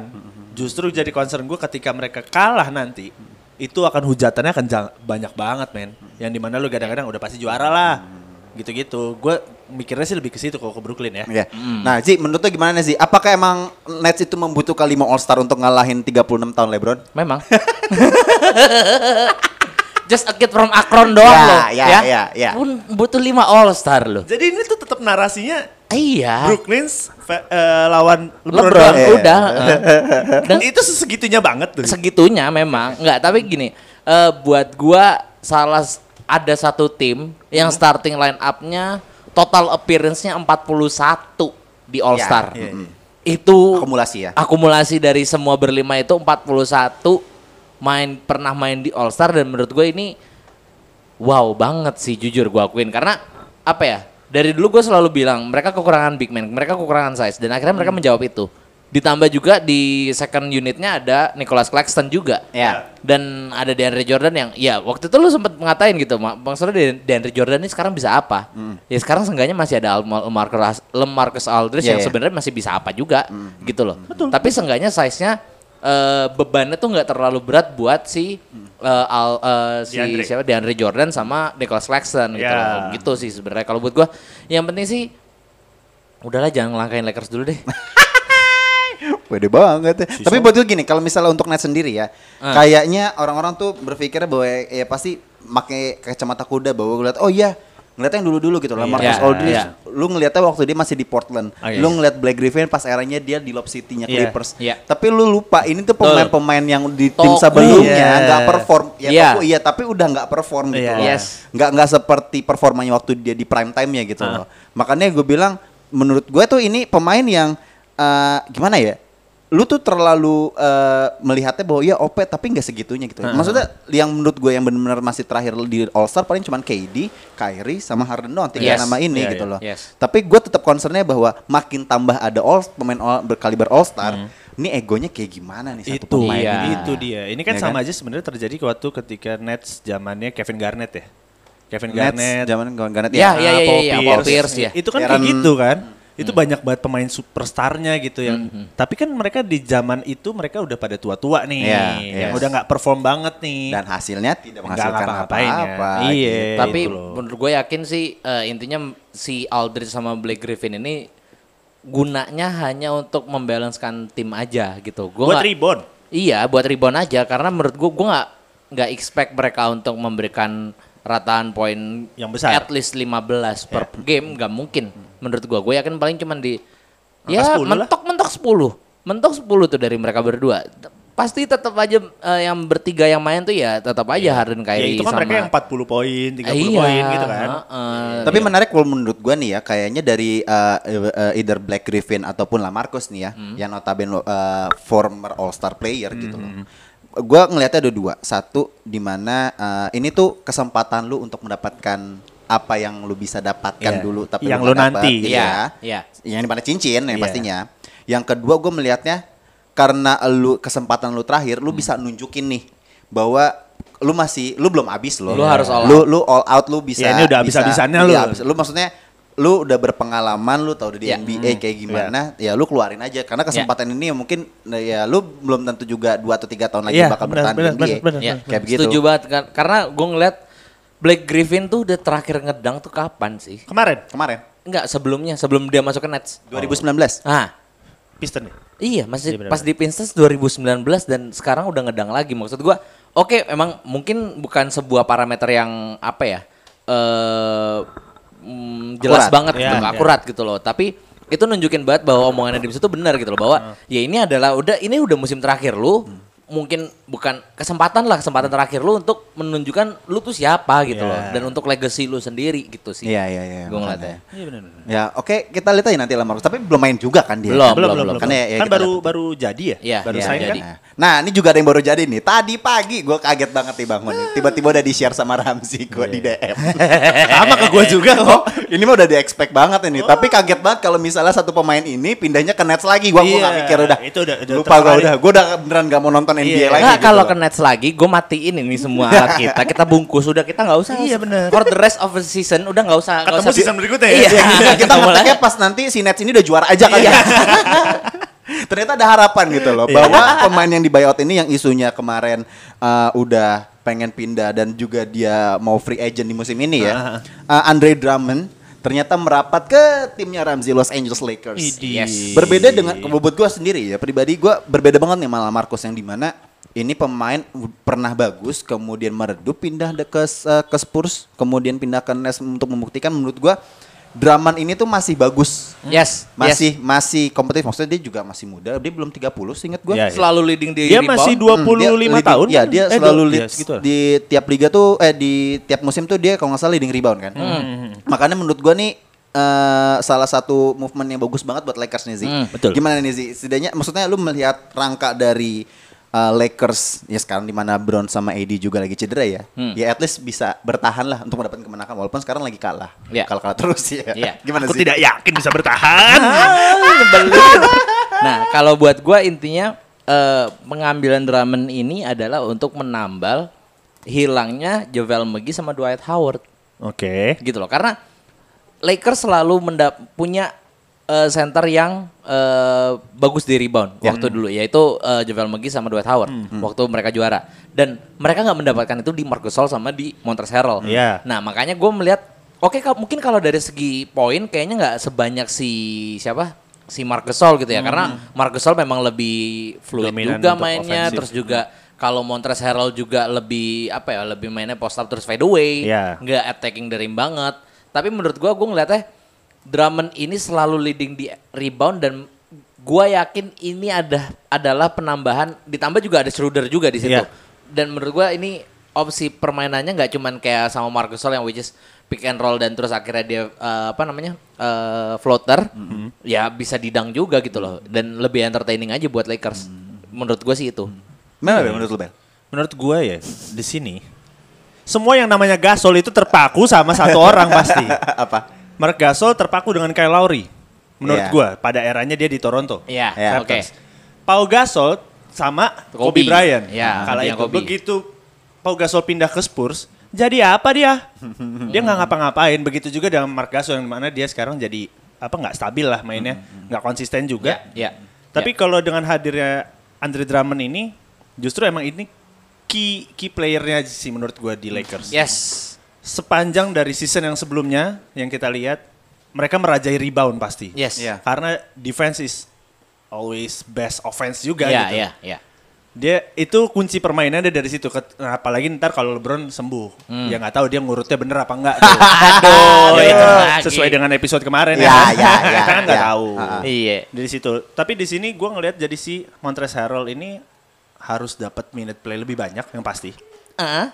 C: Justru jadi concern gue ketika mereka kalah nanti itu akan hujatannya akan jang- banyak banget men. Yang dimana lu kadang-kadang udah pasti juara lah. Gitu-gitu. Gue mikirnya sih lebih ke situ kalau ke Brooklyn ya.
A: Iya. Nah, Ji, menurut lu gimana sih? Apakah emang Nets itu membutuhkan 5 All Star untuk ngalahin 36 tahun LeBron?
B: Memang. [laughs] Just a kid from Akron doang
A: Ya,
B: loh.
A: ya, ya, ya.
B: Pun butuh 5 All Star loh.
C: Jadi ini tuh tetap narasinya
A: Ah.
B: Iya.
C: Brooklyn eh, lawan LeBron.
B: LeBron
A: Iya.
B: udah. eh. Dan
C: itu sesegitunya
A: eh.
C: banget tuh.
B: segitunya memang nggak tapi gini eh, buat gua salah s- ada satu tim
A: Hmm.
B: yang starting line up-nya total appearance-nya 41 di
A: Ya,
B: All Star.
C: iya, iya.
B: Itu
A: Akumulasi ya.
B: akumulasi dari semua berlima itu 41 main pernah main di All Star dan menurut gue ini wow banget sih jujur gue akuin karena apa ya dari dulu gue selalu bilang mereka kekurangan big man mereka kekurangan size dan akhirnya mereka menjawab itu ditambah juga di second unitnya ada Nicholas Claxton juga
A: Ya.
B: dan ada DeAndre Jordan yang ya waktu itu lu sempat ngatain gitu "Ma- maksudnya De- DeAndre Jordan ini sekarang bisa apa
A: Hmm.
B: ya sekarang seenggaknya masih ada Al- Lamarcus Lamarcus Aldridge
A: Iya,
B: yang
A: iya. Hmm.
B: sebenarnya masih bisa apa juga gitu loh tapi seenggaknya size nya bebannya tuh nggak terlalu berat buat si
A: Hmm.
B: eh, Al eh, si
C: DeAndre.
B: siapa DeAndre Jordan sama Nicholas Claxton gitu
C: Ya.
B: loh. gitu sih sebenarnya kalau buat gua yang penting sih udahlah jangan ngelangkain Lakers dulu deh
A: Pede banget. ya. Tapi buat gue gini, kalau misalnya untuk Nets sendiri ya,
B: Ah.
A: kayaknya orang-orang tuh berpikir bahwa ya pasti pakai kacamata kuda bahwa ngeliat, oh iya, ngeliatnya yang dulu-dulu gitu lah, Marcus
B: Iya,
A: Aldridge.
B: iya.
A: Lu ngeliatnya waktu dia masih di Portland.
C: Oh, iya,
A: Lu
C: iya.
A: ngeliat Blake Griffin pas eranya dia di Lob City-nya
C: Iya,
A: Clippers.
B: iya.
A: Tapi lu lupa, ini tuh
B: Betul.
A: pemain-pemain yang di tim
B: Toku.
A: sebelumnya
C: Iya.
A: nggak perform. Ya
B: Iya.
A: Toku iya, tapi udah nggak perform gitu
C: Iya.
A: loh.
B: Yes.
A: Nggak, nggak seperti performanya waktu dia di prime time-nya gitu
B: Ah.
A: loh. Makanya gue bilang, menurut gue tuh ini pemain yang eh, gimana ya? Lu tuh terlalu eh, melihatnya bahwa ya OP tapi nggak segitunya gitu.
B: Ah.
A: Maksudnya yang menurut gue yang benar-benar masih terakhir di All Star paling cuman KD, Kyrie sama Harden doang tiga
B: Yes.
A: nama ini
C: Iya,
A: gitu
C: iya.
A: loh.
B: Yes.
A: Tapi gue tetap concernnya bahwa makin tambah ada all pemain all, berkaliber All Star,
B: Hmm.
A: ini egonya kayak gimana nih satu
C: itu
A: pemain
B: Iya.
A: ini?
C: itu dia. Ini kan
A: Ya kan?
C: sama aja sebenarnya terjadi waktu ketika Nets zamannya Kevin Garnett ya. Kevin
A: Garnett,
C: Garnett,
A: zaman Garnett
B: Ya,
A: ya.
B: ya, ya,
C: Paul
B: ya,
C: Pierce.
B: Paul Pierce, ya.
C: Itu kan kayak
A: iya. Aaron- Hmm.
C: gitu kan. Itu banyak banget pemain superstarnya gitu yang tapi kan mereka di zaman itu mereka udah pada tua-tua nih.
A: Iya,
C: Yang
A: yes.
C: udah nggak perform banget nih.
A: Dan hasilnya tidak menghasilkan
C: ngapa-ngapain ya.
A: apa-apa.
C: Iya.
A: gitu.
C: Eh,
B: Tapi
C: itu loh.
B: menurut gue yakin sih eh, intinya si Aldridge sama Blake Griffin ini gunanya hanya untuk membalancekan tim aja gitu. Gua
C: buat
B: nggak-
C: rebound.
B: Iya, buat rebound aja karena menurut gue gue nggak nggak expect mereka untuk memberikan rataan poin
C: Yang besar. Ya.
B: At least 15 per game nggak mungkin. Menurut gue gue yakin paling cuman di
C: Angka
B: ya
C: 10 lah.
B: mentok-mentok 10. Mentok 10 tuh dari mereka berdua. T- Pasti tetap aja eh, yang bertiga yang main tuh ya tetap aja Harden
C: Ya
B: Kyrie
C: itu kan
B: sama
C: mereka yang 40 poin, 30
B: Iya,
C: poin gitu kan.
B: heeh.
A: Tapi menarik kalau menurut gua nih ya, kayaknya dari uh, e- e- either Black Griffin ataupun Lamarcus nih ya,
C: Hmm.
A: yang notabene uh, former All Star player gitu loh.
C: Hmm.
A: Gua ngelihatnya ada dua. Satu di mana uh, ini tuh kesempatan lu untuk mendapatkan apa yang lu bisa dapatkan
C: Iya.
A: dulu tapi
C: Yang
A: nggak
C: lu
A: dapat.
C: nanti. gitu ya.
A: Iya. Yang
B: Iya.
A: dimana cincin yang
C: Iya.
A: pastinya. Yang kedua gue melihatnya karena lu kesempatan lu terakhir lu bisa nunjukin nih bahwa lu masih lu belum habis loh.
B: Lu harus all
A: lu, lu all out lu bisa
C: Ya, ini udah
A: bisa-
C: habis-habisannya
A: iya,
C: lu.
A: habis- lu maksudnya lu udah berpengalaman lu tau udah di
B: Ya.
A: NBA kayak gimana ya lu keluarin aja karena kesempatan ini mungkin nah, ya lu belum tentu juga dua atau tiga tahun lagi
C: Iya,
A: bakal
C: benar,
A: bertahan
C: benar,
A: di NBA
C: benar, benar,
B: Iya.
A: kayak gitu. begitu
B: Setuju banget kan. Karena gue ngeliat Blake Griffin tuh udah terakhir ngedang tuh kapan sih?
C: Kemarin
A: kemarin
B: Enggak, sebelumnya, sebelum dia masuk ke Nets.
A: 2019
B: Ah,
C: Piston ya.
B: iya masih
C: Iya, benar,
B: pas di Pistons 2019 dan sekarang udah ngedang lagi. Maksud gua, oke emang mungkin bukan sebuah parameter yang apa ya? eh mm, jelas
A: Akurat.
B: banget
C: Iya,
B: gitu,
C: iya.
B: akurat gitu loh. Tapi
C: Hmm.
B: itu nunjukin banget bahwa omongannya Dims itu benar gitu loh bahwa ya ini adalah udah ini udah musim terakhir lu. mungkin bukan kesempatan lah kesempatan terakhir lu untuk menunjukkan lu tuh siapa gitu
C: Iya.
B: loh dan untuk legacy lu sendiri gitu sih.
A: Iya, iya, iya.
B: Gue ngeliatnya.
C: Iya benar-benar.
A: Ya, oke, kita lihat aja nanti lah Marcus. Tapi belum main juga kan dia?
B: Belum,
C: Belum belum
B: belum.
C: belum. Kan,
A: Karena ya, kita
C: baru baru jadi ya.
B: Iya,
C: baru
B: iya,
C: saing
B: jadi.
C: kan.
A: Nah, Nah, ini juga ada yang baru jadi nih. Tadi pagi gue kaget banget nih bangun.
B: Hmm.
A: Tiba-tiba udah di-share sama Ramzi gue di DM.
C: Iya, [laughs] Sama ke gue juga kok. Oh.
A: ini mah udah di-expect banget ini. Tapi kaget banget kalau misalnya satu pemain ini pindahnya ke Nets lagi. Gue
C: Iya,
A: gak mikir udah.
C: itu udah- udah
A: Lupa gue
C: terlalu-
A: udah. Gue udah beneran gak mau nonton NBA
C: Iya.
A: lagi.
B: Nggak,
A: gitu
B: kalau
A: loh.
B: ke Nets lagi, gue matiin ini semua alat kita, kita bungkus udah kita nggak usah.
C: Iya, bener.
B: For the rest of the season udah nggak usah. nggak
C: Ketemu
B: usah-
C: season berikutnya ya?
B: Iya,
C: [laughs]
A: Iya, kita- kita
B: ketemu lagi.
A: ngeteknya pas nanti si Nets ini udah juara aja kali ya. [laughs] Ternyata ada harapan gitu loh bahwa pemain yang di buyout ini yang isunya kemarin uh, udah pengen pindah dan juga dia mau free agent di musim ini ya. Uh, Andre Drummond ternyata merapat ke timnya Ramzi Los Angeles Lakers.
C: Idi.
B: Yes.
A: Berbeda dengan bobot gue sendiri ya pribadi gue berbeda banget nih malah Marcos yang dimana ini pemain w- pernah bagus kemudian meredup pindah de- ke S- eh, ke Spurs kemudian pindah ke Nets untuk membuktikan menurut gue Draman ini tuh masih bagus
B: Yes,
A: masih masih kompetitif maksudnya dia juga masih muda dia belum 30 seingat gue
C: Iya,
B: yes. selalu leading di
C: Dia
B: rebound.
C: masih
B: [laughs]
C: 25 tahun.
A: ya dia
C: Eh,
A: selalu
C: dua-
A: lead
C: ya, segitu lah.
A: di tiap liga tuh eh di tiap musim tuh dia kalau nggak salah leading rebound kan
C: Hmm.
A: makanya menurut gua nih eh, salah satu movement yang bagus banget buat Lakers nih Zi.
B: Hmm,
C: betul.
A: Gimana nih Zi? Setidaknya maksudnya lu melihat rangka dari eh, Lakers ya sekarang di mana Brown sama AD juga lagi cedera ya.
C: Hmm.
A: Ya at least bisa bertahan lah untuk mendapatkan kemenangan walaupun sekarang lagi kalah.
B: Iya.
A: Kalah-kalah terus ya.
B: Iya.
A: Gimana
C: Aku
A: sih?
C: tidak yakin bisa bertahan.
B: Ah, nyebelin. nah, kalau buat gua intinya eh, pengambilan Drummond ini adalah untuk menambal hilangnya Javel McGee sama Dwight Howard
C: Oke.
B: gitu loh. Karena Lakers selalu mendap punya eh, center yang eh, bagus di rebound
C: Ya.
B: waktu dulu yaitu eh, Javel McGee sama Dwight Howard
C: Hmm.
B: waktu mereka juara dan mereka nggak mendapatkan itu di Marc Gasol sama di Montrezl Harrell.
C: Iya.
B: Nah makanya gue melihat oke ka- mungkin kalau dari segi poin kayaknya nggak sebanyak si siapa si Marc Gasol gitu ya karena Marc Gasol memang lebih fluid
C: Hmm. Dominan
B: juga
C: untuk
B: mainnya
C: ofensif. Hmm.
B: terus juga kalau Montrezl Harrell juga lebih apa ya lebih mainnya post up terus fade away
C: Iya.
B: nggak attacking dari banget. Tapi menurut gua gua ngeliatnya Drummond ini selalu leading di rebound dan gua yakin ini ada adalah penambahan ditambah juga ada Schroeder juga di situ.
C: Iya.
B: Dan menurut gua ini opsi permainannya nggak cuman kayak sama Marcus Gasol yang which is pick and roll dan terus akhirnya dia eh, apa namanya eh, floater
C: Mm-hmm.
B: ya bisa didang juga gitu loh dan lebih entertaining aja buat Lakers
C: Mm-hmm.
B: menurut gua sih itu
A: Gimana Bel, ya, menurut lu
C: [laughs]
A: Bel?
C: Menurut gue ya di sini semua yang namanya Gasol itu terpaku sama satu orang
A: [laughs]
C: pasti.
A: Apa?
C: Mark Gasol terpaku dengan Kyle Lowry. Menurut
A: Iya.
C: gue pada eranya dia di Toronto.
B: Iya,
A: Iya.
B: oke
C: Raptors. Paul Ya, Gasol sama
B: Kobe.
C: Kobe, Bryant. Nah,
B: Iya,
C: Kala
B: yang
C: itu
B: Kobe.
C: begitu Paul Gasol pindah ke Spurs, jadi apa
B: [laughs]
C: dia? dia nggak ngapa-ngapain. Begitu juga dengan Mark Gasol yang mana dia sekarang jadi apa nggak stabil lah mainnya, nggak konsisten juga.
B: Hmm, ya
C: Tapi kalau dengan hadirnya Andre Drummond ini, justru emang ini key key playernya sih menurut gua di Lakers.
B: yes
C: Sepanjang dari season yang sebelumnya yang kita lihat, mereka merajai rebound pasti.
B: yes
A: Iya.
C: Karena defense is always best offense juga
B: Iya,
C: gitu.
B: iya, iya.
C: Dia itu kunci permainannya ada dari situ. Ket- nah, apalagi ntar kalau LeBron sembuh, ya nggak tahu dia ngurutnya bener apa
B: [laughs]
C: enggak. tuh.
B: Hmm. Aduh,
C: Ya,
B: Oh, itu lagi.
C: sesuai dengan episode kemarin
A: Ya,
C: kan?
A: ya, ya,
C: [laughs] Kita kan nggak
A: ya.
C: tahu.
A: Ha, ha.
B: Iya.
C: Dari situ. Tapi di sini gue ngelihat jadi si Montrezl Harrell ini harus dapat minute play lebih banyak yang pasti.
B: Ah,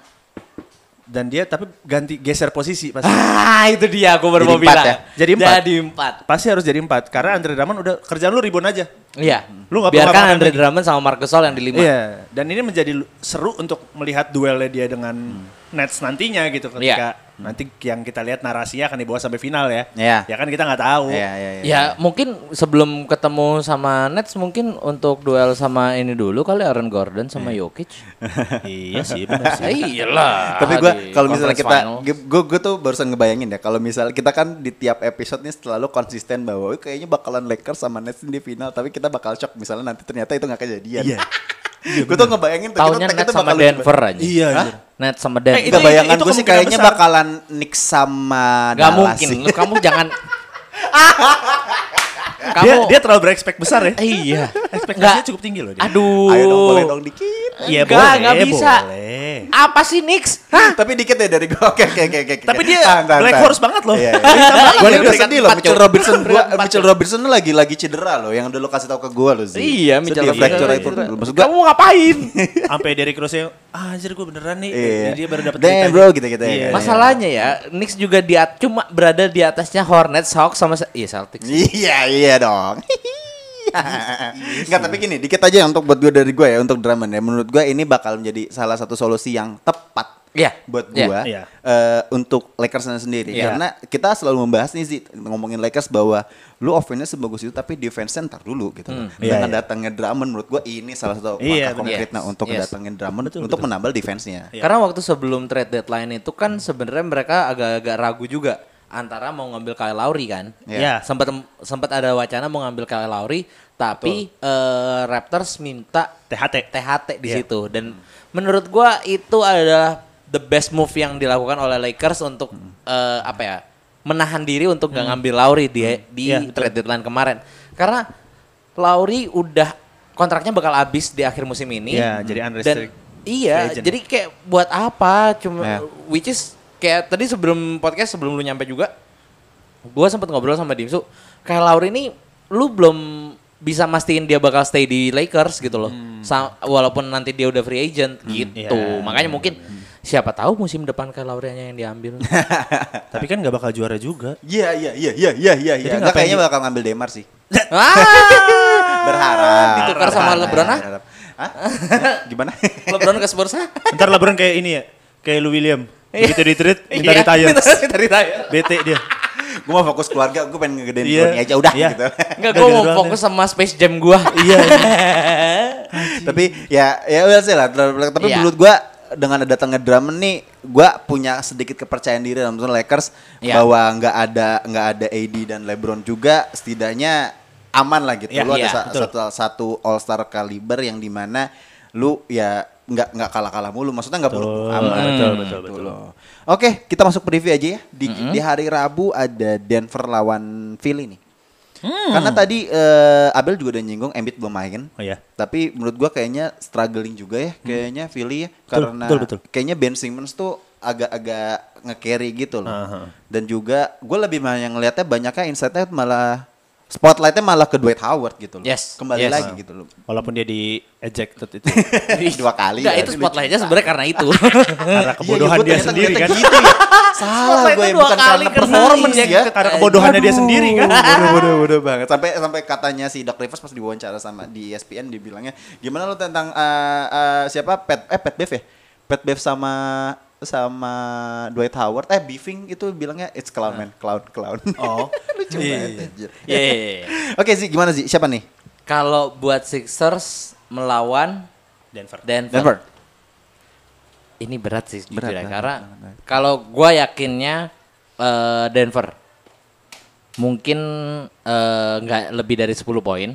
C: Dan dia tapi ganti geser posisi pasti.
B: [laughs] Ah, itu dia aku baru
A: Jadi
B: mau
A: empat
B: bilang.
A: ya?
C: Jadi empat.
B: Jadi empat.
C: pasti harus jadi empat karena Andre Drummond udah kerjaan lu ribon aja.
B: Iya.
C: Lu nggak perlu
B: biarkan
C: ngapain
B: Andre
C: lagi.
B: Drummond sama Marcus Gasol yang di lima.
C: Iya, dan ini menjadi lu- seru untuk melihat duelnya dia dengan
B: Hmm.
C: Nets nantinya gitu ketika
B: Iya.
C: nanti yang kita lihat narasinya akan dibawa sampai final ya.
A: Iya.
C: Ya kan kita nggak tahu.
A: Iya, iya, iya.
B: Ya mungkin sebelum ketemu sama Nets mungkin untuk duel sama ini dulu kali Aaron Gordon sama [laughs] Jokic.
C: iya sih benar sih.
B: Ya iyalah.
A: Tapi gue
B: Ah, di
A: kalau misalnya
B: conference
A: kita
B: final.
A: gue gue tuh barusan ngebayangin ya kalau misalnya kita kan di tiap episode nih selalu konsisten bahwa "Wih, kayaknya bakalan Lakers sama Nets di final tapi kita bakal shock misalnya nanti ternyata itu nggak kejadian. [laughs]
C: Iya.
A: gue tuh ngebayangin tuh
B: Tahunnya
A: kita-
B: Nets
A: kita
B: sama
A: bakal-
B: Denver aja.
C: [laughs] Iya,
A: Hah?
C: iya.
B: Nets sama Denver.
C: Eh,
A: Nggak
C: itu-
A: bayangan
C: itu
A: gue sih
C: kemungkinan
A: kayaknya
C: besar.
A: bakalan Knicks sama
B: Gak
A: Dallas
B: mungkin.
A: sih.
B: Lu- Kamu [laughs] jangan.
C: Dia,
B: Kamu.
C: dia terlalu berekspek besar ya.
B: Iya.
C: [laughs] Ekspektasinya
B: Nggak.
A: [laughs]
C: cukup tinggi loh dia.
B: Aduh. [laughs]
A: Ayo dong boleh dong dikit.
B: Enggak, enggak bisa.
C: Iya, Boleh.
B: Apa sih Knicks? Hah?
A: Hmm, Tapi dikit deh dari gua. [laughs] Oke, oke, oke, oke.
C: Tapi dia Black Horse banget loh. [laughs]
A: Iya.
C: Jadi
A: Gue
C: tambah
B: lagi
A: udah
B: peringkat
A: sedih loh,
B: empat,
A: Mitchell
B: cuy.
C: [laughs]
A: Robinson gua
B: Peringkat empat,
A: Mitchell Robinson lagi lagi cedera loh, yang udah lo kasih tau ke gua loh sih.
B: Iya, Mitchell
A: Sedih,
B: Robinson.
A: Fracture itu maksud gua.
B: Kamu ngapain? [laughs]
C: sampai dari Rose ah, anjir gue beneran nih.
A: Iya.
C: Dia baru dapat
A: Damn,
C: cerita
A: bro,
C: gitu.
A: gitu-gitu ya.
C: Iya.
A: Mas-
B: Masalahnya ya, Knicks juga di at- cuma berada di atasnya Hornets, Hawks sama Se- iya Celtics.
A: Iya, iya dong. [laughs] Enggak, tapi gini, dikit aja untuk buat gua dari gua ya, untuk Drummond ya. Menurut gua ini bakal menjadi salah satu solusi yang tepat
B: Iya.
A: buat
B: Iya.
A: gua
C: Iya.
A: eh, untuk Lakers sendiri
B: Iya.
A: karena kita selalu membahas nih sih ngomongin Lakers bahwa lu offense sebagus itu tapi defense center dulu gitu loh.
C: Iya,
A: dengan
C: iya.
A: datangnya Drummond menurut gua ini salah satu
C: Iya,
A: langkah konkret
B: benar.
A: nah, untuk
B: Yes.
A: datangin Drummond untuk menambal defense-nya
C: Iya.
B: Karena waktu sebelum trade deadline itu kan sebenarnya mereka agak-agak ragu juga antara mau ngambil Kyle Lowry kan.
A: Iya.
C: Iya.
B: Sempat sempat ada wacana mau ngambil Kyle Lowry, tapi eh, Raptors minta
C: THT.
B: THT di
C: Iya.
B: situ dan menurut gua itu adalah the best move yang dilakukan oleh Lakers untuk
C: Hmm.
B: eh, apa ya? menahan diri untuk nggak ngambil Lowry di di
C: Iya,
B: trade deadline kemarin. Karena Lowry udah kontraknya bakal habis di akhir musim ini. Hmm.
C: Iya, jadi unrestricted
B: Dan, iya,
C: free agent.
B: jadi kayak buat apa? Cuma
A: Iya.
B: which is kayak tadi sebelum podcast sebelum lu nyampe juga gua sempet ngobrol sama Dimsu kayak Lauri ini lu belum bisa mastiin dia bakal stay di Lakers gitu loh Sa- walaupun nanti dia udah free agent gitu
C: Hmm. Iya.
B: makanya mungkin siapa tahu musim depan kayak Lauri hanya yang
C: [laughs]
B: diambil
C: Tapi kan gak bakal juara juga.
A: Iya iya iya iya iya iya iya.
C: Jadi
A: Enggak
C: ngapain
A: kayaknya
C: di-
A: bakal ngambil Demar sih.
B: ah!
A: Berharap.
B: ditukar sama
A: Berharap,
B: LeBron ah
A: berharap. Hah? Gimana? [laughs]
B: LeBron ke Spurs ah
C: Ntar LeBron kayak ini ya, kayak Lou William.
B: Iya.
C: Begitu di-treat, Gitu minta
B: Iya,
C: retire.
B: minta- minta retire
C: Bete dia.
A: gue mau fokus keluarga, gue pengen ngegedein
C: Iya.
A: Brony aja udah
C: Iya.
A: gitu.
B: Enggak,
C: Udah
B: gue mau
C: gitu doang
B: fokus sama Space Jam gua
C: [laughs] Iya.
A: Tapi ya ya udah sih lah. Tapi
B: Iya.
A: menurut gue dengan datangnya Drummond nih, gue punya sedikit kepercayaan diri dalam soal Lakers
B: Iya.
A: bahwa nggak ada nggak ada AD dan LeBron juga, setidaknya aman lah gitu.
C: Iya,
A: lu ada
B: iya,
A: sa-
C: betul.
A: satu, satu All Star kaliber yang dimana lu ya nggak nggak kalah kalah mulu. Maksudnya nggak
C: Betul,
A: buruk amat.
C: betul,
A: Gitu
C: betul, betul.
A: loh. Oke, kita masuk ke review aja ya. Di, di hari Rabu ada Denver lawan Philly nih. Karena tadi eh, Abel juga udah nyinggung Embiid belum main.
C: Hmm. Oh iya. Hmm.
A: Tapi menurut gua kayaknya struggling juga ya kayaknya Philly ya
C: Betul,
A: karena
C: betul, betul.
A: kayaknya Ben Simmons tuh agak-agak nge-carry gitu loh.
C: Aha.
A: Dan juga gua lebih banyak ngeliatnya banyaknya insight-nya malah spotlight-nya malah ke Dwight Howard gitu loh.
B: Yes,
A: Kembali
B: yes.
A: lagi gitu loh. [laughs]
C: Walaupun dia di ejected itu.
A: Dua kali.
B: Enggak,
C: iya,
A: ya.
B: itu spotlightnya sebenarnya karena
C: [laughs]
B: itu
C: Karena
A: Iya,
C: kebodohan
A: iya, gua
C: dia
A: ternyata
C: sendiri kan.
A: ngeliatnya gitu
C: [laughs]
A: ya. Salah gue
B: Spotlight itu
A: ya,
B: dua
A: bukan
B: kali
A: karena
B: karena
A: performance ya.
B: injected.
C: Karena kebodohannya dia sendiri kan.
A: Waduh,
C: [laughs]
A: waduh, waduh banget. Sampai sampai katanya si Doc Rivers pas diwawancara sama di E ESPN dibilangnya, "Gimana lu tentang eh, eh, siapa Pat eh Pat Bev ya? Pat Bev sama sama Dwight Howard eh beefing itu bilangnya it's clown man, clown clown."
C: Oh.
A: [laughs] Lucu
C: Iya,
A: banget,
C: iya.
A: anjir.
B: Iya, iya, iya.
A: Oke sih, gimana sih? Siapa nih?
B: Kalau buat Sixers melawan
C: Denver.
B: Denver,
A: Denver.
B: ini berat sih
A: Berat,
B: jujur ya.
A: berat,
B: karena
A: berat, berat.
B: kalau gua yakinnya eh, Denver mungkin eh, nggak lebih dari 10 poin.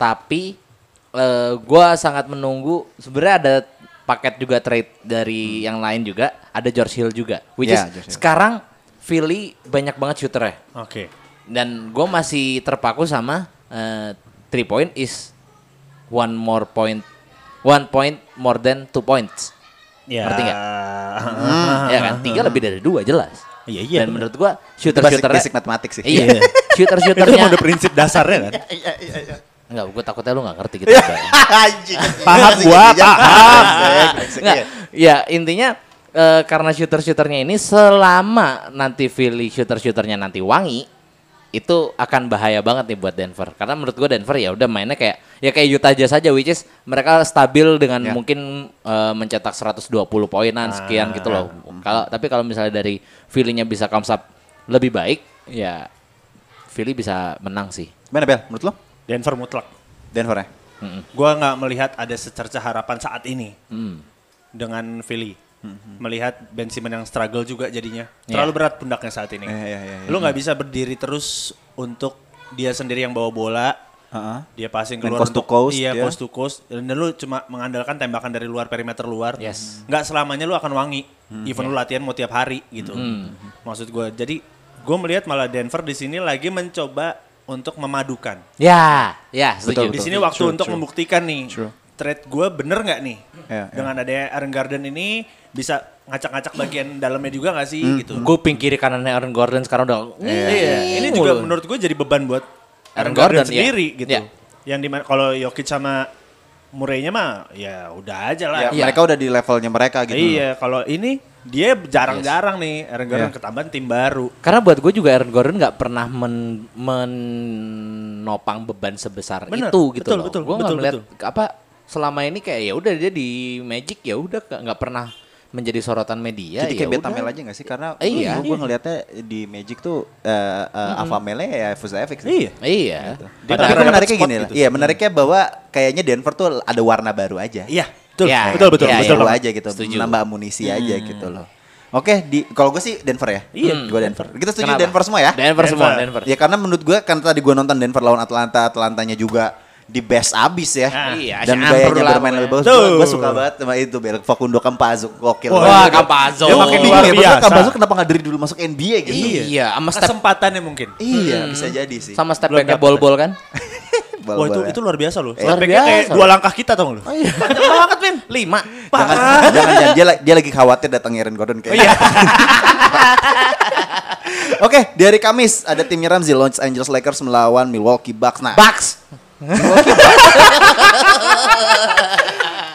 B: Tapi eh, gua sangat menunggu sebenarnya ada paket juga trade dari yang lain juga, ada George Hill juga. Which
A: Hmm. Ya, George Hill.
B: is sekarang Philly banyak banget shooter
C: Oke.
B: dan gue masih terpaku sama eh, three point is one more point one point more than two points
C: Ya.
B: Ngerti
C: [laughs]
B: nggak?
C: Hmm.
A: iya
B: ya kan tiga lebih dari dua jelas
C: Iya, iya,
B: dan
C: bener.
B: menurut gue shooter
A: Basic,
B: shooternya
A: basic matematik sih.
C: [laughs]
B: iya
C: Iya.
B: shooter
C: Itu emang
B: shooternya
C: udah prinsip dasarnya kan.
A: Iya,
B: nggak gue takutnya lu nggak ngerti gitu
C: Iya.
B: Bang.
A: [laughs] Anjing.
C: Paham gua,
A: [laughs] Iya,
C: paham.
A: basic, basic,
B: Nggak,
A: [laughs] iya.
B: ya intinya eh, karena shooter-shooternya ini selama nanti Philly shooter-shooternya nanti wangi itu akan bahaya banget nih buat Denver karena menurut gua Denver ya udah mainnya kayak ya kayak Utah Jazz aja which is mereka stabil dengan
A: Ya.
B: mungkin eh, mencetak 120 poinan sekian gitu loh
A: Ah.
B: kalau tapi kalau misalnya dari Philly-nya bisa comes up lebih baik ya Philly bisa menang sih
A: Gimana Bel? Menurut lo?
C: Denver mutlak.
A: Denver ya?
C: Gua nggak melihat ada secerca harapan saat ini
B: Mm.
C: dengan Philly.
A: Mm-hmm.
C: Melihat Ben Simmons yang struggle juga jadinya. Terlalu berat pundaknya saat ini.
A: Iya, iya, iya, iya.
C: Lu nggak bisa berdiri terus untuk dia sendiri yang bawa bola.
A: Heeh.
C: Dia passing
A: Main
C: keluar
A: coast to
C: untuk-
A: coast, ya.
C: iya
A: dia.
C: coast to coast dan dan lu cuma mengandalkan tembakan dari luar perimeter luar.
B: Yes.
C: Nggak selamanya lu akan wangi.
A: Hmm.
C: Even
A: Iya.
C: lu latihan mau tiap hari gitu. Maksud gua. Jadi gua melihat malah Denver di sini lagi mencoba untuk memadukan
B: ya ya
A: Betul,
B: setuju
C: di
A: betul.
B: Ya,
C: sini
A: True,
C: waktu
A: true,
C: untuk
A: true.
C: membuktikan nih
A: True.
C: trade gue bener nggak nih?
A: Iya, iya.
C: Dengan adanya Aaron Garden ini bisa ngacak-ngacak bagian dalamnya juga nggak
A: Hmm,
C: sih gitu?
B: Kuping kiri kanannya Aaron Gordon sekarang udah
C: Iya, ini juga menurut gue jadi beban buat Aaron Garden,
B: Garden, iya.
C: sendiri gitu.
B: Iya.
C: Yang dimana kalau Jokic sama Murray-nya mah ya udah aja
A: Ya,
C: lah.
B: Iya.
A: Mereka udah di levelnya mereka gitu.
C: Iya, kalau ini dia jarang-jarang nih Aaron Garden
A: Iya.
C: ketambahan tim baru.
B: Karena buat gue juga Aaron Gordon nggak pernah men- menopang beban sebesar
C: Bener,
B: itu gitu
C: betul,
B: loh.
C: betul,
B: gue nggak
C: betul,
B: melihat apa selama ini kayak ya udah dia di Magic ya udah nggak nggak pernah menjadi sorotan media.
A: Jadi
B: ya
A: kayak
B: udah.
A: beta male aja gak sih? Karena
B: Eh, iya.
A: gue ngelihatnya di Magic tuh eh eh, alpha male ya Fusaevic sih.
C: Iya.
B: Iya.
A: Tapi
C: Dia pernah
A: kan
C: dapat
A: menariknya
C: spot
A: gini lah.
C: gitu.
A: Iya, menariknya bahwa kayaknya Denver tuh ada warna baru aja.
C: Iya, betul.
B: Iya,
C: betul, betul,
B: iya,
A: Iya,
C: betul.
B: iya.
C: banget.
A: aja gitu.
B: Setuju.
A: Menambah amunisi aja gitu loh. Oke, di kalau gue sih Denver ya.
C: Iya,
A: gue Denver. Kita setuju
B: Kenapa?
A: Denver semua ya.
B: Denver semua, Denver.
C: Denver.
A: Ya karena menurut gue kan tadi gue nonton Denver lawan Atlanta, Atlantanya juga di best abis ya.
C: Ah,
B: iya,
A: Dan
B: Shaan
A: gayanya
B: perlu lah
A: bermain lebih bagus.
C: pokoknya.
A: Gue
C: Tuh.
A: suka banget sama itu Bel Facundo Campazzo gokil.
C: Wah,
A: banget.
B: Campazzo.
A: Dia makin
C: Luar
A: bingung ya, maksudnya
C: biasa.
A: Campazzo kenapa nggak dari dulu masuk NBA gitu?
B: Iya. Sama step
C: Kesempatannya mungkin.
A: Iya, bisa jadi sih.
B: sama step
C: Belum
B: back
C: dapet.
B: bol-bol kan.
C: Hmm. Wah itu,
A: Bola-bola.
C: itu luar biasa loh.
A: Eh,
C: Luar
B: Iya. luar
C: biasa. Kayak
B: biasa. Oh, iya.
C: dua langkah kita tau loh.
B: Panjang banget men. Lima.
A: jangan,
C: ah,
A: jangan, jangan. Dia, la- dia lagi khawatir datang Aaron Gordon
C: Oh,
A: kayaknya.
C: iya.
A: [laughs] Oke, di hari Kamis ada timnya Ramzi Los Angeles Lakers melawan Milwaukee Bucks. Nah,
B: Bucks.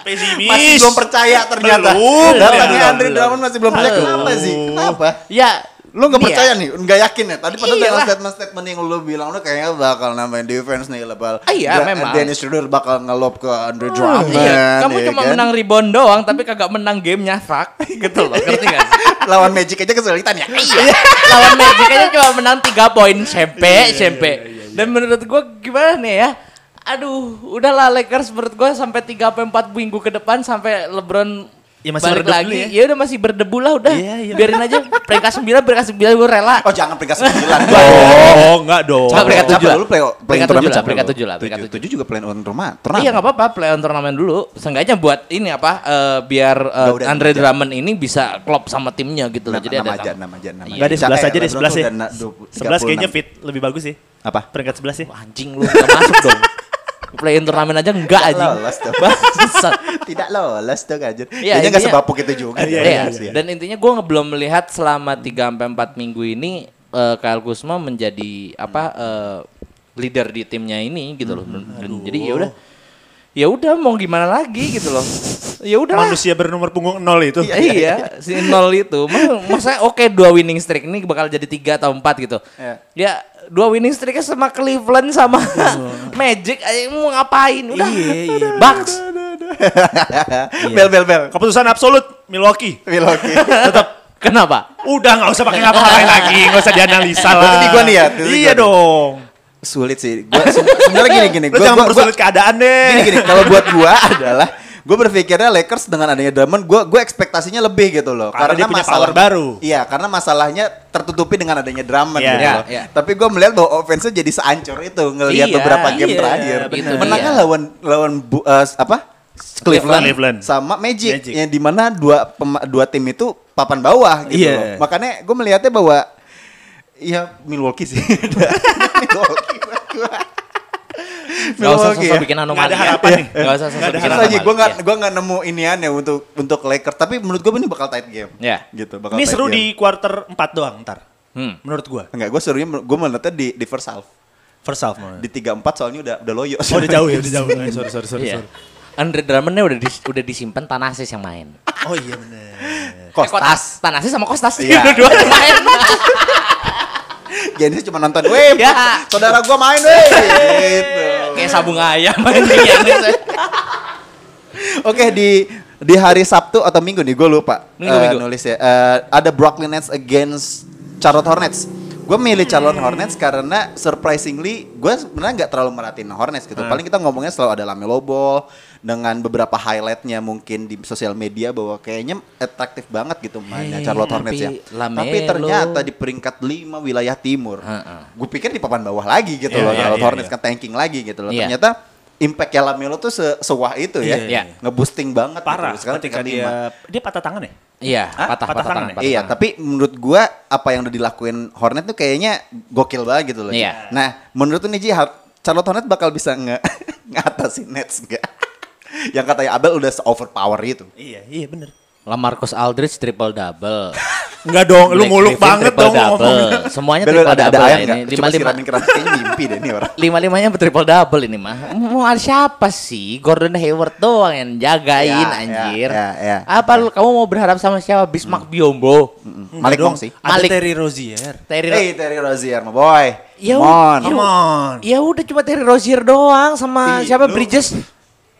C: Pesimis.
A: masih belum percaya ternyata.
C: Belum, Iya,
A: Datangnya
C: belum,
A: Andre
C: belum.
A: Drummond masih belum percaya. Kenapa
C: Aduh.
A: sih? Kenapa?
B: Ya.
A: Lu nggak
B: ini ya,
A: percaya nih, nggak yakin ya. Tadi padahal
B: Iya
A: dengan
B: lah.
A: statement-statement yang lu bilang lu kayaknya bakal nambahin defense nih lebal.
B: Ah, iya,
A: Dra-
B: memang.
A: Dennis Schroeder bakal ngelop ke Andre Drummond.
B: Iya, kamu
A: ya
B: cuma
A: kan?
B: menang rebound doang tapi kagak menang gamenya fuck gitu loh ngerti gak sih?
A: [laughs] lawan Magic aja kesulitan ya.
B: Iya. [laughs] Lawan Magic aja cuma menang 3 poin sempe sempe. Dan menurut gua gimana nih ya? Aduh, udahlah Lakers menurut gua sampai 3 sampai 4 minggu ke depan sampai LeBron
C: Ya, masih
B: balik
C: berdebu
B: lagi.
C: ya.
B: Ya. udah masih berdebu lah udah.
C: Iya, iya.
B: Biarin aja peringkat 9 peringkat 9 gua rela.
A: Oh, jangan
B: [laughs]
A: peringkat 9
C: Oh, enggak dong.
B: Coba peringkat
A: Capek
B: tujuh lah.
A: lu play- play
B: Peringkat
A: turnamen
B: tujuh lah,
A: capek
B: peringkat
A: lu.
B: tujuh lah, peringkat
A: Tujuh-
B: tujuh.
A: tujuh juga play on rumah. Turnamen.
B: Iya nggak apa-apa play on turnamen dulu. Seenggaknya buat ini apa eh, biar eh,
A: Udah, udah,
B: Andre
A: udah.
B: Drummond ini bisa klop sama timnya gitu
A: Nah,
B: loh. Jadi
A: nama
B: ada
A: aja,
B: nama.
A: nama aja, nama
B: Iya.
C: Enggak deh,
A: Capek
C: 11 aja
A: ya,
C: deh,
A: Lebron
C: 11
A: tuh
C: ya.
A: udah na- 20
C: 11 kayaknya
A: 36.
C: fit, lebih bagus sih.
A: Apa?
C: Peringkat 11 ya.
B: Wah, Anjing lu nggak masuk dong. Play in turnamen aja enggak anjing.
A: Lolos
B: [laughs]
A: dong.
B: Bangsat.
A: Tidak lolos dong anjir.
B: Iya,
A: Kayaknya nggak
B: intinya-
A: sebapuk itu juga.
C: Iya,
A: dong,
B: Iya.
A: sih.
B: Dan intinya gue belum melihat selama 3 sampai 4 minggu ini eh, Kyle Kuzma menjadi apa eh, leader di timnya ini gitu loh. Dan- Jadi ya udah. Ya udah mau gimana lagi gitu loh. Ya udah.
C: Manusia bernomor punggung 0 [laughs] itu.
B: Iya, iya, si nol itu. Ma- Maksudnya oke dua winning streak ini bakal jadi tiga atau empat gitu.
A: Iya.
B: Ya dua winning streaknya sama Cleveland sama [laughs] Magic aja mau ngapain udah.
C: Iya, iya.
B: Bucks. iya.
A: Bel, bel, bel.
C: Keputusan absolut Milwaukee.
A: Milwaukee.
B: Tetap kenapa?
C: Udah nggak usah pakai
A: [laughs]
C: ngapa-ngapain lagi, nggak usah dianalisa lah.
A: Berarti gua nih ya, berarti
C: Iya
A: gua nih.
C: dong.
A: Sulit sih. Gua se- sebenarnya gini gini.
C: Lu
A: Gua
C: jangan
A: gua gua
C: persulit keadaan deh.
A: gini gini. Kalau buat gua [laughs] adalah Gue berpikirnya Lakers dengan adanya Drummond, gue gue ekspektasinya lebih gitu loh.
C: Karena dia punya power baru.
A: Iya, karena masalahnya tertutupi dengan adanya Drummond
C: Iya,
A: gitu
B: iya,
A: loh.
B: iya.
A: Tapi gue melihat bahwa offense jadi seancur itu ngelihat
B: Iya,
A: beberapa game
B: iya,
A: terakhir.
B: bener.
A: Menangnya
B: Iya.
A: lawan lawan bu, eh, apa? Cleveland,
C: Cleveland.
A: sama Magic,
C: Magic.
A: yang dimana dua pema- dua tim itu papan bawah gitu
C: Iya.
A: loh. Makanya gue melihatnya bahwa ya Milwaukee sih. [laughs] Milwaukee. buat gua.
B: Gak usah
A: Milwaukee
B: sosok
A: ya.
B: bikin anomali.
C: Nggak ada harapan
B: ya.
C: nih.
B: Nggak usah sosok bikin
C: Nggak ada
A: Terus
C: harapan.
B: anomali.
A: aja gue gak
B: Iya.
A: gue nggak nemu inian ya untuk untuk Lakers tapi menurut gue ini bakal tight game.
B: Iya.
A: Gitu bakal
C: Ini
A: tight
C: seru
A: game.
C: di quarter 4 doang ntar.
B: Hmm.
C: Menurut gua.
A: enggak gue serunya gue melihatnya di di first half.
C: First half malah.
A: Di 3 4 soalnya udah udah loyo.
C: Oh udah jauh ya, udah
A: [laughs]
C: jauh. Eh, Sorry, sorry, sorry.
B: Iya.
C: sorry.
B: Andre Drummondnya udah dis- udah disimpan Tanasis yang main.
C: Oh iya bener.
B: Eh,
A: Kostas.
B: Tanasis sama Kostas. [laughs]
A: Iya.
B: Dua-dua yang main.
A: Jadi cuma nonton, "Weh,
B: [laughs] Ya.
A: saudara gue main,
B: [laughs]
A: weh." gitu.
B: Kayak sabung
C: [laughs]
B: ayam anjing.
C: Iya.
B: Giannis.
A: Oke, di di hari Sabtu atau Minggu nih, gue lupa.
B: Minggu,
A: eh,
B: Minggu.
A: nulis ya. Eh, ada Brooklyn Nets against Charlotte Hornets. Gue milih Charlotte Hornets karena surprisingly gue sebenarnya nggak terlalu merhatiin Hornets
B: Hmm.
A: gitu. Paling kita ngomongnya selalu ada Lamelo Ball dengan beberapa highlightnya mungkin di sosial media bahwa kayaknya atraktif banget gitu mainnya
B: Hey,
A: Charlotte
B: tapi
A: Hornets ya.
B: Lamelo.
A: Tapi ternyata di peringkat 5 wilayah timur.
B: Heeh.
A: Gue pikir di papan bawah lagi gitu
C: Iya,
A: loh
C: iya,
A: Charlotte
C: iya,
A: Hornets
C: iya.
A: kan tanking lagi gitu loh.
B: Iya.
A: Ternyata impact ya Lamelo tuh se sewah itu ya.
C: Iya,
B: iya.
A: Ngeboosting banget
C: Parah
A: gitu. Sekarang
C: ketika
A: tingkat
C: dia
A: lima.
C: dia patah tangan ya?
B: Iya,
C: Hah?
B: patah,
C: Patah
B: patah,
C: tangan
B: tangan.
C: ya?
B: patah
A: Iya,
B: tangan.
A: tapi menurut gua apa yang udah dilakuin Hornet tuh kayaknya gokil banget gitu loh.
B: Iya.
A: [laughs] Nah, menurut lu nih Ji, Har- Charlotte Hornet bakal bisa nge ngatasin Nets enggak? yang katanya Abel udah overpower itu.
C: Iya, iya bener.
B: Lah Marcus Aldridge triple double.
C: Enggak dong, Oh, lu muluk banget dong ngomongnya.
B: double. Semuanya
A: Bel
B: triple
A: ada ada
B: double ya
A: ayam
B: ini.
A: nggak? Coba
B: Lima lima
A: siramin keras kayaknya mimpi deh ini
B: [laughs]
A: orang.
B: lima limanya triple double ini mah. Mau ada siapa sih? Gordon Hayward doang yang jagain
A: Ya, ya,
B: anjir.
A: ya, ya. Hmm.
B: Apa lu kamu mau berharap sama siapa? Bismarck Biombo.
A: Malik Monk sih.
C: Ada
B: Malik.
C: Terry Rozier.
B: Terry Ro-
A: Hey Terry Rozier, my boy.
B: Ya
A: Come on.
B: udah,
C: Come on.
B: Ya udah cuma Terry Rozier doang sama
C: Ih,
B: siapa
C: lu.
B: Bridges?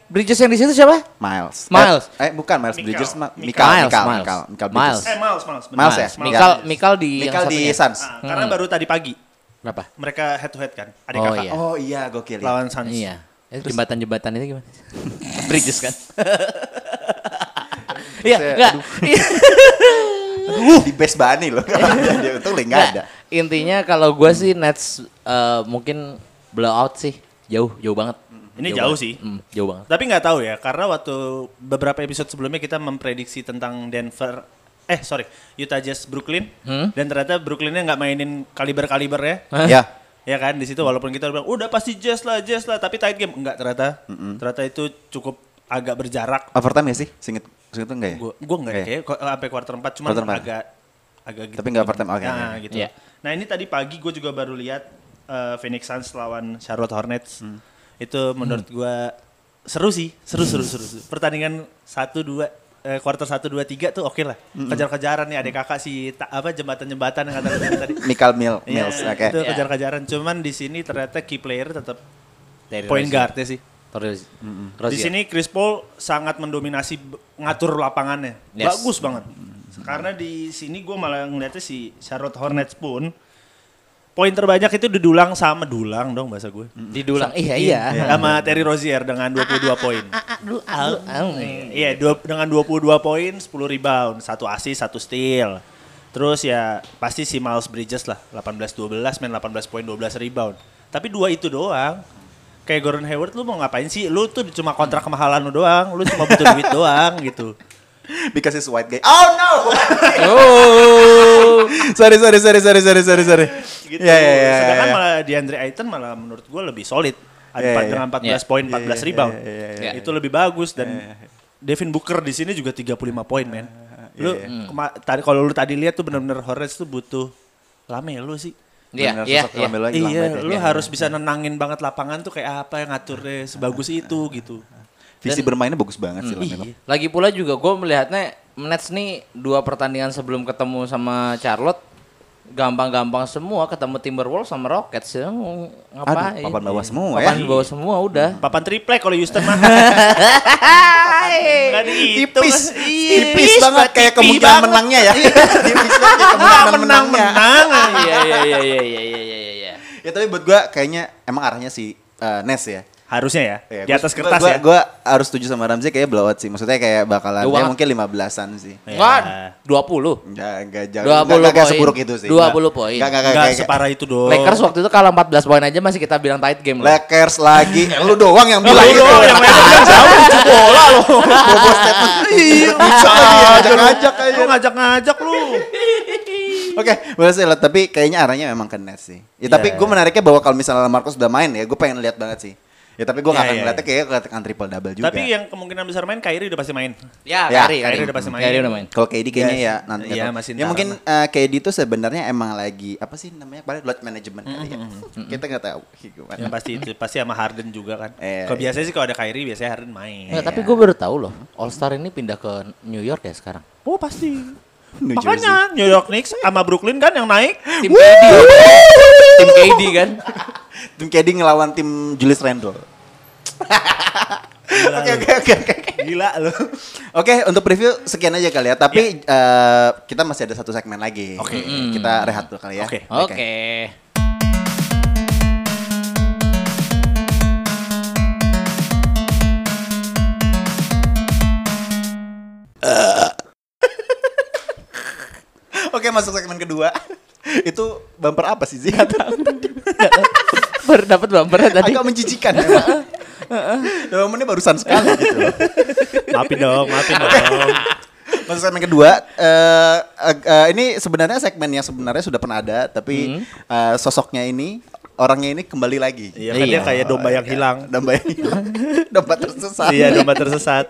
B: Bridges yang di situ siapa?
A: Miles.
B: Miles.
A: Eh, eh, bukan Miles
C: Mikal.
A: Bridges, Ma-
C: Mikal.
A: Mikal,
B: Miles,
A: Mikal,
B: Miles.
A: Mikal, Mikal
B: Miles.
A: Bridges.
C: Eh, Miles, Miles.
A: Miles ya?
C: Miles.
B: Mikal Mikal di
A: Mikal
B: yang
A: di
B: satunya.
A: Suns.
C: Ah, karena baru tadi pagi
B: Berapa?
C: mereka head to head kan, adik
B: Oh,
C: kakak
B: iya.
A: Oh iya, gokil. ya.
C: lawan Suns.
B: Iya. Eh, Jembatan-jembatan itu gimana? [laughs] Bridges
A: [laughs]
B: kan. Iya,
A: Saya-
B: enggak. Iya,
A: Di base Bani loh. Dia untung link nggak ada.
B: enggak. Intinya kalau gua sih Nets eh, mungkin blowout sih. Jauh, jauh banget.
C: Ini
A: Iya,
C: jauh
B: banget.
C: sih.
B: Mm, jauh banget.
C: Tapi nggak tahu ya, karena waktu beberapa episode sebelumnya kita memprediksi tentang Denver, eh sorry, Utah Jazz Brooklyn,
B: Hmm?
C: dan ternyata Brooklynnya nggak mainin kaliber-kaliber ya.
B: Hah?
A: Ya.
C: Ya kan di situ walaupun kita bilang udah pasti Jazz lah, Jazz lah, tapi tight game enggak ternyata. Ternyata itu cukup agak berjarak.
A: Overtime ya sih? Singkat singkat tuh enggak ya?
C: Gua gua enggak
A: Iya.
C: kayak ko- eh, sampai quarter 4 cuman
A: Quarter empat.
C: agak agak gitu.
A: Tapi nggak overtime, oke,
C: Nah,
A: oke.
C: gitu.
B: Iya.
C: Nah, ini tadi pagi gue juga baru lihat eh, Phoenix Suns lawan Charlotte Hornets.
A: Hmm.
C: Itu menurut gua seru sih, seru seru seru. seru. Pertandingan 1 2 eh, quarter 1 2 3 tuh oke lah.
A: Hmm.
C: Kejar-kejaran nih adik kakak si ta- apa jembatan-jembatan yang kata lu
A: [laughs]
C: tadi.
A: Mikal Mil Mills,
C: Iya,
A: oke.
C: Itu
B: Iya.
C: kejar-kejaran. Cuman di sini ternyata key player tetap
A: Iya,
B: Terry
C: point
B: Rozier.
C: guard sih.
B: Terry Rozier.
C: Di
B: Rozier.
C: sini Chris Paul sangat mendominasi b- ngatur lapangannya.
B: Yes.
C: Bagus banget. Karena di sini gue malah ngeliatnya si Charlotte Hornets pun poin terbanyak itu didulang sama dulang dong bahasa gue.
B: didulang. Iya, iya.
C: Sama Terry Rozier dengan 22 poin. Iya, dua- dengan 22 poin, 10 rebound, satu assist, satu steal. Terus ya pasti si Miles Bridges lah, 18-12 main 18 poin, 12 rebound. Tapi dua itu doang. Kayak Gordon Hayward lu mau ngapain sih? Lu tuh cuma kontrak kemahalan lu doang, lu cuma butuh duit doang gitu.
A: Because he's white guy. Oh no.
C: [laughs]
B: Oh.
A: sorry sorry sorry sorry sorry sorry sorry.
C: Gitu.
A: Ya ya ya.
C: Sedangkan
A: ya.
C: malah DeAndre Ayton malah menurut gua lebih solid. Ada
A: Iya,
C: empat-
A: iya.
C: dengan 14
B: Iya.
C: poin,
A: Iya,
C: 14
A: iya,
C: rebound.
A: iya, iya,
B: iya.
C: Itu lebih bagus dan
A: Ya,
C: Devin Booker di sini juga 35 poin, men.
A: ya.
C: Lu
A: Hmm.
C: kema- tadi kalau lu tadi lihat tuh benar-benar Hornets tuh butuh Lamelo sih.
B: Iya,
A: Benar,
B: iya,
A: sosok
B: iya.
A: Lamelo hilang
C: Iya,
A: banget ya.
C: lu harus bisa
B: Hmm.
C: nenangin banget lapangan tuh kayak apa yang
A: Hmm.
C: ngaturnya sebagus itu gitu.
A: Visi bermainnya bagus banget sih Lamelo.
B: Lagi pula juga gue melihatnya Nets nih dua pertandingan sebelum ketemu sama Charlotte gampang-gampang semua ketemu Timberwolves sama Rockets ya mau ngapain? Iya.
A: papan bawah semua ya.
B: Papan bawah semua udah.
C: Papan triplek kalau Houston mah.
A: [laughs]
C: Nggak dihitung.
A: Tipis,
C: Iya.
A: tipis banget kayak
C: tipi
A: kemungkinan
C: banget. Iya.
A: menangnya ya. [laughs] Tipis banget kayak kemungkinan menangnya.
C: Menang.
B: Iya iya iya iya iya iya iya iya.
A: Ya tapi buat gua kayaknya emang arahnya si eh, Ness ya.
C: Harusnya ya.
A: Ya,
C: di
A: gua-
C: atas
A: gua-
C: kertas
A: gua,
C: ya.
A: Gua harus setuju sama Ramzi kayak belawat sih. Maksudnya kayak bakalan
B: Jauh
A: ya
B: banget.
A: mungkin 15-an sih.
C: Ya.
B: Enggak 20.
A: Enggak enggak jauh.
B: 20
A: enggak- enggak
B: poin.
A: seburuk itu sih.
B: 20
A: Enggak-
B: poin.
A: Enggak enggak
C: Enggak
A: enggak- enggak.
C: separah itu dong. [laughs]
B: Lakers waktu itu kalah 14 poin aja masih kita bilang tight game loh.
A: Lakers
C: [laughs]
A: lagi. Eh, Lu doang yang bilang
C: lu
A: itu.
C: doang yang lain bilang
A: jauh lucu bola lu. Bobo
C: [laughs]
A: statement. Iya, bisa lagi ngajak-ngajak aja.
C: Iya, Lu ngajak-ngajak lu.
A: Oke, boleh sih lah. Tapi kayaknya arahnya memang ke Nets sih. Ya, tapi
C: Iya.
A: gue menariknya bahwa kalau misalnya Marcus udah main ya, gue pengen lihat banget sih. Ya tapi gue nggak
C: Iya,
A: akan
C: iya,
A: ngeliatnya kayak katakan triple double juga.
C: Tapi ya- yang kemungkinan besar main Kyrie udah pasti main.
B: Ya,
A: Ya,
B: Kari,
C: Kyrie udah pasti main.
B: Kari udah main.
A: Kalau KD kayaknya
C: Iya,
A: ya nanti. nggak
C: iya,
A: tahu.
C: masih
A: ya
C: ntar
A: mungkin eh, KD itu sebenarnya emang lagi apa sih namanya? Paling load management kali
C: Mm-hmm,
A: ya. Kita nggak tahu gimana.
C: Yang pasti itu pasti sama Harden juga kan.
A: Iya,
C: Kalau
A: iya.
C: biasanya sih kalau ada Kyrie biasanya Harden main.
B: Nggak, tapi gue baru tahu loh, All Star ini pindah ke New York ya sekarang.
C: Oh pasti.
A: New
C: Makanya New York Knicks sama Brooklyn kan yang naik.
B: Tim ya, KD, tim KD kan.
A: Jersey. Tim KD ngelawan tim Julius Randle.
C: Gila
A: Oke
C: lu.
A: oke oke oke.
C: Gila lu.
A: Oke, untuk preview sekian aja kali ya. Tapi eh, kita masih ada satu segmen lagi.
C: Oke. Hmm.
A: Kita rehat dulu kali ya.
C: Oke.
B: Oke.
A: Oke, masuk segmen kedua. [laughs] itu bumper apa sih Zia?
B: Baru dapat bumpernya tadi.
A: Agak menjijikan
C: [laughs]
A: memang. Dalam ini barusan sekali gitu. loh.
C: Maafin dong, maafin dong.
A: Masuk segmen kedua, eh,
C: Hmm.
A: ag- eh, ini sebenarnya segmen yang sebenarnya sudah pernah ada, tapi eh, sosoknya ini orangnya ini kembali lagi.
C: Iya, kan dia
B: Iya.
C: kayak domba yang hilang.
A: Domba [laughs] yang hilang. Domba tersesat.
C: Iya, domba tersesat.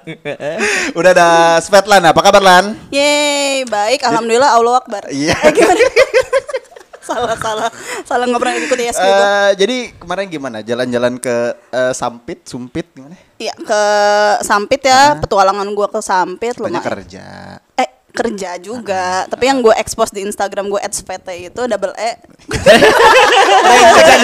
A: Udah ada Svetlan, apa kabar Lan?
D: Yeay, baik. Alhamdulillah, Allah Akbar.
A: Iya.
D: Eh, gimana? [laughs] salah, salah. Salah nggak pernah ikut ISP gua.
A: Eh, jadi kemarin gimana? Jalan-jalan ke eh, Sampit, Sumpit gimana?
D: Iya, ke Sampit ya. Petualangan gua ke Sampit lumayan.
A: Banyak Eh. kerja.
D: Eh, kerja juga. Tapi yang gue expose di Instagram gue @svt itu double E.
C: Eh,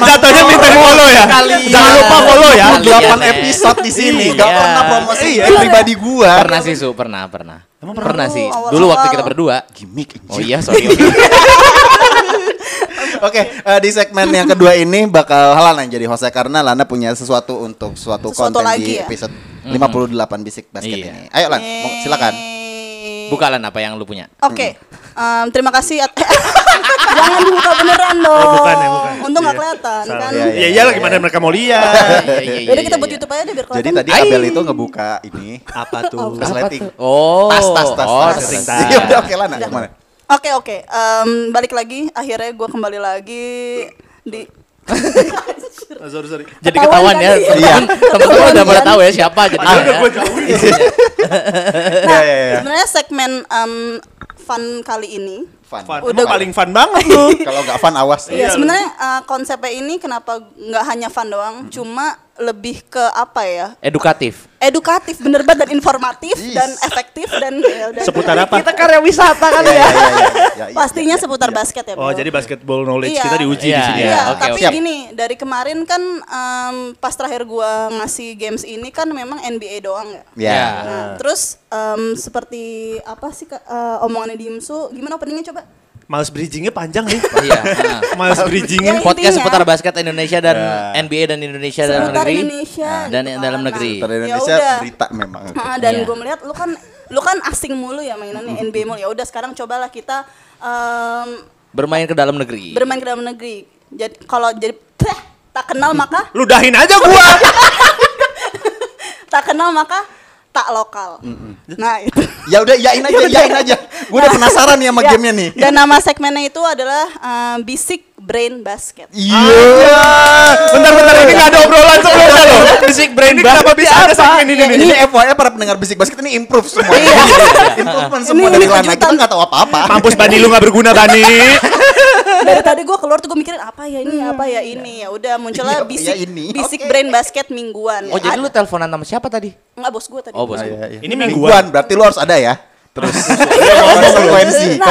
C: Jatuhnya minta follow ya.
B: Kalian.
C: Jangan lupa follow ya.
B: Kalian.
A: Delapan
B: eh.
A: episode di sini, nggak
B: Iya.
A: pernah promosi
C: Iya.
A: pribadi gua.
B: Pernah sih Su, pernah, pernah. pernah, sih.
D: Awal-awal.
B: Dulu waktu kita berdua.
A: Gimik. anjir.
B: Oh iya, [laughs] sorry. oke.
A: Oke, eh, di segmen yang kedua ini bakal Lana yang jadi hostnya karena Lana punya sesuatu untuk suatu
D: Sesuatu
A: konten
D: lagi
A: di
D: ya? Eh,
A: episode 58 Bisik Basket
B: Iya.
A: ini. Ayo Lan, mau- silakan.
B: Buka Lan apa yang lu punya.
D: Oke, em,
A: Hmm.
D: terima kasih. at- [laughs] Jangan dibuka beneran dong.
C: bukan ya, bukan.
D: Untung nggak
C: Iya.
D: kelihatan
C: Salah.
D: kan.
A: Iya,
C: Iya, iya lah gimana mereka mau lihat.
B: Iya, iya,
D: Jadi
B: iya,
D: kita
B: iya,
D: buat
B: iya.
D: YouTube aja deh biar
A: Jadi
D: kelihatan.
A: tadi Abel itu ngebuka ini
C: Apa tuh?
A: resleting.
B: Oh,
A: Tas tas tas.
B: oh,
A: tas.
B: tas, tas.
A: Iya, udah oke Lana, gimana?
D: Oke oke, Em, balik lagi. Akhirnya gue kembali lagi di.
C: Oh, sorry, sorry.
B: Jadi ketahuan ya,
D: Ketahuan
A: kan?
B: teman-teman teman-teman udah pada tahu ya siapa jadi.
C: Padahal udah
B: ya.
C: gua jauhin.
A: Iya, iya, iya.
D: Nah, Sebenarnya segmen em, fun kali ini.
A: Fun.
C: Fun.
D: Udah
C: Emang
D: gua-
C: paling fun banget tuh.
A: Kalau nggak fun awas.
D: Iya sebenarnya eh, konsepnya ini kenapa nggak hanya fun doang,
A: Hmm.
D: cuma lebih ke apa ya?
B: Edukatif.
D: Edukatif bener banget dan informatif
A: Yes.
D: dan efektif dan
A: [laughs]
D: ya udah.
C: Seputar apa?
B: karya wisata kan
A: Iya, iya, iya, iya, iya.
D: pastinya seputar basket ya.
C: Oh,
D: Bro.
C: jadi basketball knowledge
D: Iya.
C: kita diuji
B: Iya,
C: di sini.
D: Iya,
B: Ya,
C: ya.
B: oke,
D: tapi
A: oke. Siap.
D: gini dari kemarin kan em, pas terakhir gua ngasih games ini kan memang NBA doang ya.
A: Iya.
D: Nah, terus em, seperti apa sih Kak, eh, omongannya Dimsu? Gimana openingnya coba?
C: Miles bridgingnya panjang nih.
B: [laughs] Iya.
C: [laughs]
B: nah.
C: Miles
D: Yang
C: bridgingnya.
B: Podcast
D: intinya-
B: seputar basket Indonesia dan
C: Iya.
B: NBA dan Indonesia dalam
D: Seputar
B: negeri Nah,
D: Indonesia
B: dan
D: gitu
B: dalam
D: kan.
B: negeri.
A: Dari
D: Ya
A: Indonesia
D: udah.
A: berita memang.
D: Ah, dan
B: Iya.
D: gue melihat lu kan lu kan asing mulu ya mainannya
A: Hmm.
D: NBA mulu. Ya udah sekarang cobalah kita em,
B: Bermain ke dalam negeri.
D: bermain ke dalam negeri. Jadi kalau jadi Teh, tak kenal maka
C: Lu dahin aja gua.
D: tak kenal maka tak lokal. Nah, itu.
A: Ya udah yain aja, yain aja. Gue udah penasaran nih [laughs] sama
D: Ya,
A: gamenya nih.
D: Dan nama segmennya itu adalah em, Basic Brain Basket.
A: [laughs] Iya.
C: Bentar-bentar ini enggak ada obrolan sebelumnya loh. Bisik brain ini kenapa bisa ada segmen ini nih?
A: Ini FYI para pendengar bisik basket ini improve semua. [laughs] Improvement semua
D: Ini-
A: dari
D: ini
A: Lana.
D: kejutan.
A: Kita nggak tahu apa-apa.
C: Mampus Bani lu gak berguna Bani.
D: Dari tadi gue keluar tuh gue mikirin apa ya ini, apa ya ini. Ya udah muncullah
A: Iya, apa Hmm. [laughs] ya
D: Basic
A: ini?
D: Basic
A: Oke.
D: Brain Basket mingguan.
B: Oh, jadi lu teleponan sama siapa tadi?
D: Enggak bos gue tadi.
B: Oh, bos.
A: Iya, iya.
C: Ini mingguan.
A: berarti lu harus ada ya. Terus konsekuensi,
D: Nah,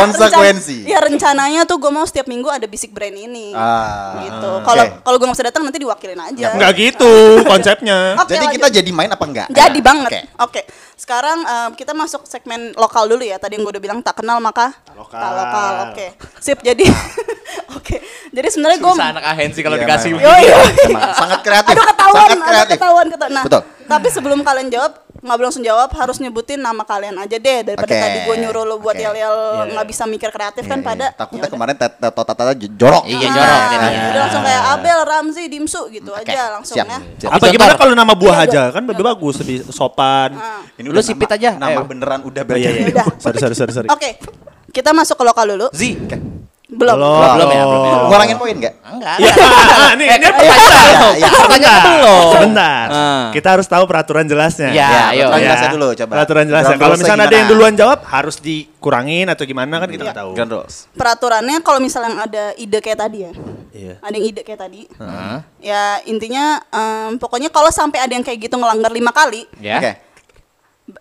D: rencan-
A: konsekuensi.
D: ya rencananya tuh gue mau setiap minggu ada basic brand ini.
A: Ah,
D: gitu.
A: oke.
D: Kalau kalau gue nggak bisa datang nanti diwakilin aja.
C: Enggak gitu konsepnya.
D: Oke,
A: Jadi
D: lanjut.
A: kita jadi main apa enggak?
D: jadi
A: Nah,
D: banget.
A: oke.
D: Oke. Sekarang em, kita masuk segmen lokal dulu ya. Tadi yang gue udah bilang tak kenal maka tak
C: lokal.
D: lokal. Oke. Sip. Jadi [laughs] oke. Jadi sebenarnya gue
B: Bisa anak ahensi kalau
A: Iya,
B: dikasih.
A: emang.
D: Yo yo.
A: Emang sangat kreatif.
D: Aduh ketahuan,
A: sangat
D: aduh
A: kreatif.
D: ketahuan, ketahuan. Nah,
A: Betul.
D: tapi sebelum kalian jawab, nggak boleh langsung jawab, harus nyebutin nama kalian aja deh daripada
A: Oke.
D: tadi gue nyuruh lo buat
A: Oke.
D: yel-yel nggak bisa mikir kreatif kan pada
A: Iya, Takutnya kemarin tata-tata jorok.
B: Iya,
D: Ah,
B: jorok.
D: ya,
B: Iya.
D: Udah langsung kayak Abel, Ramzi, Dimsu gitu aja langsung
A: siap.
D: ya.
A: Siap.
C: Apa gimana kalau nama buah aja
D: Iya,
C: kan lebih bagus lebih sopan.
A: Ini
B: Lu
A: udah
B: sipit
A: nama-
B: aja,
A: Nama
B: ayo.
A: beneran udah
C: Oh, iya, iya.
A: berarti.
D: Ah, Udah.
C: [laughs] Sorry sorry sorry sorry.
D: Oke. Kita masuk ke lokal dulu.
B: Z.
C: Iya.
D: Belum.
C: Belum.
B: Belum ya, belum ya.
A: Ngurangin poin enggak?
B: Enggak.
C: Iya, ini ini pertanyaan.
A: Iya, iya.
B: Pertanyaan belum.
C: Sebentar.
B: Ah.
C: Kita harus tahu peraturan jelasnya.
B: Iya.
A: Ya,
B: ayo.
A: peraturan
B: Iya.
A: jelasnya dulu coba.
C: Peraturan jelasnya.
A: Ground
C: Kalau
A: rules-nya
C: misalnya ada yang
A: gimana?
C: duluan jawab harus dikurangin atau gimana kan kita
D: Iya.
C: nggak tahu.
A: Ground rules.
D: Peraturannya kalau misalnya ada ide kayak tadi ya.
C: Iya.
D: Ada yang ide kayak tadi.
B: Heeh.
D: Ya intinya em, pokoknya kalau sampai ada yang kayak gitu ngelanggar lima kali,
B: Ya.
A: Oke.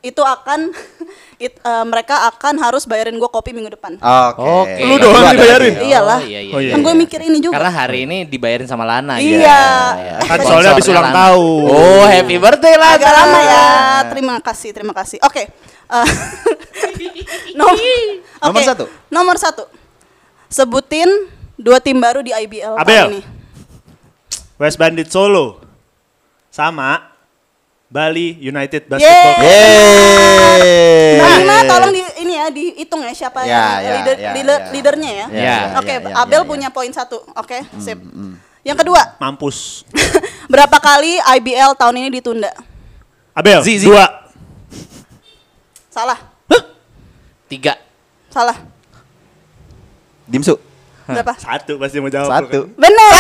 D: itu akan [laughs] it- eh, mereka akan harus bayarin gue kopi minggu depan.
A: Oke.
B: Oke.
C: Lu doang
A: ada
C: dibayarin.
A: lagi.
D: Iyalah.
B: Oh, iya, iya,
C: Oh, iya.
D: Yang gue mikir ini juga.
B: Karena hari ini dibayarin sama Lana. ya.
D: Iya.
C: Kan soalnya habis ulang
B: Lana.
C: tahun.
B: Oh, happy birthday Lana.
D: agak lama ya. Terima kasih, terima kasih. Oke. Eh, [laughs] nom-
A: Nomor
D: oke.
A: satu.
D: Nomor satu. Sebutin dua tim baru di IBL
C: Abel.
D: kali ini.
C: West Bandit Solo sama Bali United
D: Yeay.
C: Basketball.
A: Yeay.
D: Nah, gimana tolong di ini ya dihitung ya siapa
A: Ya,
D: yang
A: ya,
D: leader,
A: ya,
D: leader-
A: ya.
D: leadernya ya.
B: Ya,
D: Oke, Abel punya poin satu. Oke, sip. Yang kedua, [laughs]
C: Mampus.
D: berapa kali IBL tahun ini ditunda?
C: Abel,
B: Zi, Zi.
C: dua.
D: Salah,
B: Tiga.
D: salah.
A: Dimsu.
D: Berapa?
C: Satu pasti mau jawab.
A: Satu.
C: lu kan.
D: Bener.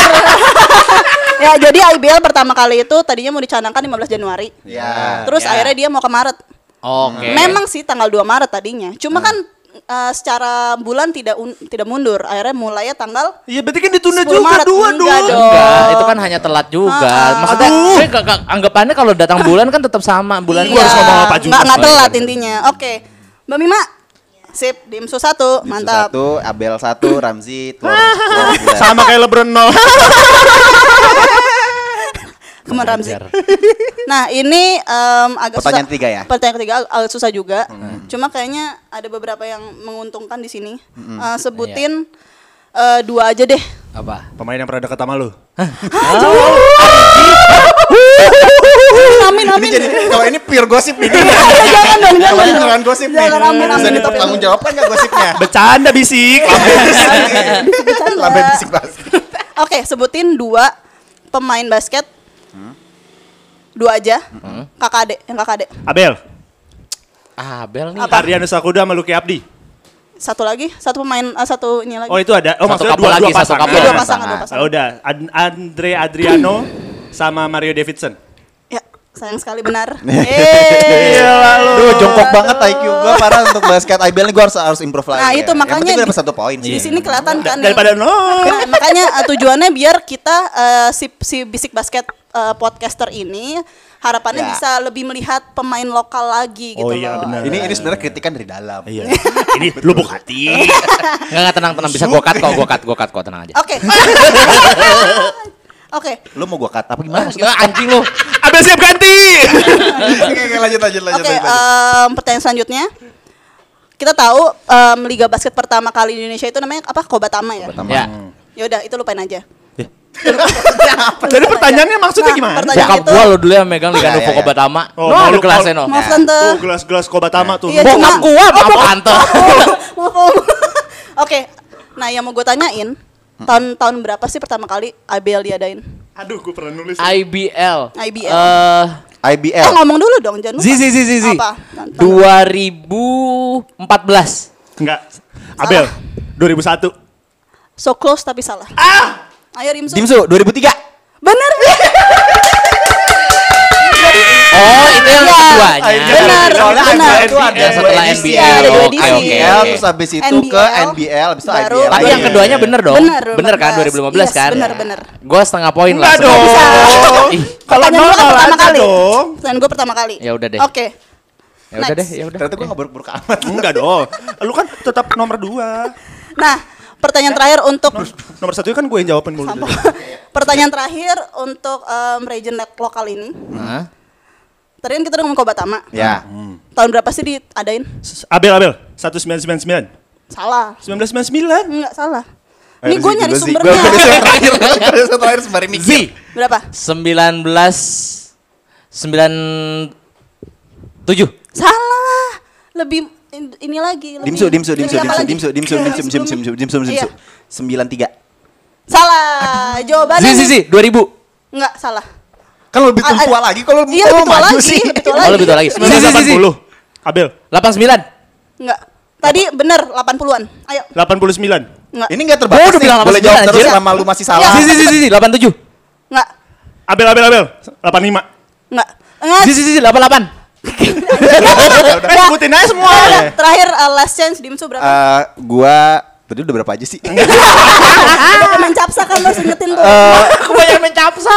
D: [laughs] ya jadi IBL pertama kali itu tadinya mau dicanangkan 15 Januari.
A: Ya.
D: Terus
B: ya.
D: akhirnya dia mau ke Maret.
B: Oke.
D: Memang sih tanggal 2 Maret tadinya. Cuma kan eh, secara bulan tidak un- tidak mundur. Akhirnya mulainya tanggal
C: Iya berarti kan ditunda
D: 10
C: juga
D: Maret.
C: dua
D: Enggak
C: dong.
D: dong.
B: Enggak, itu kan hanya telat juga.
D: Ah,
B: Maksudnya,
C: aduh.
B: gue nggak- nggak- anggapannya kalau datang bulan kan tetap sama Oh, bulan.
C: Gua harus ngomong apa
D: Iya.
C: juga.
D: Nggak, nggak telat
B: Sorry.
D: intinya. Oke. Mbak Mima. Sip, dimsu satu,
A: Dimsu
D: mantap.
A: Satu, Abel satu, Ramzi, telur,
D: [laughs]
A: telur gila.
C: Sama kayak Lebron nol. [laughs]
D: Kemen Ramzi. [laughs] Nah ini em, agak
A: Pertanyaan
D: susah.
A: ketiga ya?
D: Pertanyaan ketiga ag- agak susah juga. Cuma kayaknya ada beberapa yang menguntungkan di sini. Eh, sebutin eh, dua aja deh.
B: Apa?
C: Pemain yang pernah deket sama lu.
D: amin
A: Ini
D: amin.
A: jadi kalau ini pure gosip
D: [laughs]
A: ini.
D: Iya, jangan dong, jangan
A: Namanya
D: dong.
A: beneran gosip nih.
D: iya. Jangan, amin,
A: Bisa
D: amin.
A: dipertanggung jawabkan nggak
D: [laughs]
A: gosipnya?
C: Bercanda bisik.
D: Bercanda.
A: Lambe bisik basket.
D: Oke sebutin dua pemain basket. Dua aja.
A: Hmm.
D: Kakak adek, yang kakak adek.
C: Abel.
B: Ah, Bel nih.
D: Apa?
C: Ardian Sakuda sama Luki Abdi.
D: Satu lagi, satu pemain, eh, satu ini lagi.
C: Oh itu ada. Oh
B: Satu
C: maksudnya
B: couple
C: dua,
B: lagi,
C: dua
B: satu
C: pasangan.
B: couple.
D: Ya, dua
B: Pasangan.
D: pasangan, dua pasangan.
C: Ah, udah. Ad- Andre Adriano sama Mario Davidson.
D: Ya, sayang sekali
A: [laughs]
D: benar. Eh.
A: Duh, jongkok banget IQ gue parah untuk basket IBL nih gue harus harus improve lagi.
D: Nah,
A: ya.
D: itu makanya
A: Yang penting gua
D: di-
A: dapat satu poin iya.
D: Di
A: sih.
D: sini kelihatan kan. nih.
C: Daripada nol.
D: Nah, makanya eh, tujuannya biar kita eh, si, si bisik basket eh, podcaster ini harapannya
A: Ya.
D: bisa lebih melihat pemain lokal lagi gitu
C: Oh iya,
D: loh.
C: benar.
A: Ini ini sebenarnya kritikan dari dalam.
C: Iya. Ini lubuk hati.
B: Enggak, enggak tenang, tenang bisa gua cut kok, gua cut, gua cut kok, tenang
A: [laughs]
B: aja.
D: Oke. Oke.
A: Lu mau gue kata apa gimana? maksudnya?
B: Ah, anjing lu.
C: Abel siap ganti.
A: [laughs] Oke, oke, lanjut lanjut lanjut.
D: Oke,
A: lanjut, lanjut.
D: em, pertanyaan selanjutnya. Kita tahu em, liga basket pertama kali di Indonesia itu namanya apa? Kobatama ya.
B: Ya.
D: Ya udah, itu lupain aja.
C: Jadi pertanyaannya maksudnya
D: Nah,
C: gimana?
D: pertanyaan
B: Bokap
D: itu-
B: gua lo dulu yang megang Liga
A: Ya, ya,
B: Nuvo
A: ya.
B: Kobatama.
C: Oh,
B: no,
C: malu,
B: ada kelasnya no.
A: malu.
D: Maaf
A: Nah.
D: tante. [laughs]
C: Tuh gelas-gelas kobatama tuh.
D: Iya,
B: Bokap
D: cuma-
B: gua, Pak Panto.
D: Maaf, Om. [laughs] Oke. Nah, yang mau gue tanyain, tahun-tahun berapa sih pertama kali ABL diadain?
C: Aduh, gue pernah nulis.
B: Ah. IBL.
D: IBL.
B: Eh,
D: Eh,
A: IBL.
D: ngomong dulu dong, jangan lupa.
B: Zizi Zizi Zizi.
D: Apa?
B: 2014.
C: Enggak. Abel. 2001.
D: So close tapi salah. Ah! Ayo Rimsu.
A: Dimsu 2003.
D: [laughs] Bener.
B: Oh, itu yang
D: Iya.
B: keduanya.
C: Akhirnya
D: Benar,
A: Soalnya
D: benar.
A: IBL itu ada
B: Ya, setelah
A: dua edisi.
B: NBL.
A: Ada dua
B: Oke,
A: edisi.
B: oke,
A: IBL,
B: oke.
A: terus habis itu ke NBL, habis itu
D: baru-
A: IBL.
B: Tapi yang
A: Iya.
B: keduanya bener dong.
D: Bener,
B: Bener kan
D: 2015.
B: 2015 kan?
D: Yes, bener, bener.
B: Gua setengah poin lah.
C: Enggak dong.
B: sebenarnya. Ih,
C: Oh, Kalau
D: Pertanyaan gua
C: nol
D: kan
C: nol
D: pertama
C: aja
D: kali.
C: dong.
D: Dan gue pertama kali.
B: Ya udah deh.
D: Oke.
B: Ya udah deh,
D: [laughs] Next.
B: ya udah.
A: Ternyata gue nggak buruk-buruk amat.
C: Enggak dong. Lu kan tetap nomor dua.
D: Nah, pertanyaan terakhir untuk
C: Nomor satu kan gue yang jawabin mulu. dari tadi.
D: [laughs] pertanyaan terakhir untuk em, region lokal ini.
B: Hah?
D: Tadi kan kita udah ngomong Kobatama.
A: Ya.
D: Tahun berapa sih diadain?
C: S- Abel, Abel. 1999.
D: Salah.
C: 1999.
D: Enggak salah. Ini
A: Ayo,
D: gue
A: Zi,
D: nyari
A: dulu, Zi.
D: sumbernya.
A: Gitu Gua- gua- gua- terakhir, gua- gua- terakhir sembari
B: Z
A: mikir.
D: Berapa?
B: 19 9 7
D: Salah. Lebih in- ini lagi. Lebih,
A: Dimsu, dimsu,
D: lebih
A: dimsu,
D: apa
A: dimsu,
D: lagi? Yang
A: dimsu, dimsu, dimsu, dimsu,
D: sebelumnya.
A: dimsu, dimsu,
D: Iya.
A: dimsu. Sembilan tiga.
D: Salah. Jawabannya.
B: Zi Zi Zi 2000
D: Enggak, salah.
A: Kan lebih
D: A- a-
A: tua lagi, kalau
D: Iya, lebih tua lagi. [laughs] Lebih tua
B: Oh, lebih tua lagi. Zi Zi Zi
C: 1980. Abel.
B: 89
D: Enggak. Tadi bener 80-an. Ayo.
C: 89.
D: Enggak.
A: Ini nggak
B: Gua
A: terbatas
B: udah
A: nih,
B: bilang
A: boleh jawab
B: delapan sembilan,
A: terus
B: anjir.
A: selama lu masih
D: Iya.
A: salah. [laughs]
B: Zi Zi Zi Zi 87
D: Enggak.
C: Abel, Abel, Abel. 85.
D: Enggak. Enggak.
B: Zi Zi Zi 88
D: Iya.
C: Eh, sebutin aja semua.
D: Udah, udah. Terakhir uh, last chance dimsu berapa?
A: Eh, Gua tadi udah berapa aja
D: [laughs]
A: sih?
D: Ada pemain capsa kan harus ingetin tuh. [laughs]
B: Aku banyak main capsa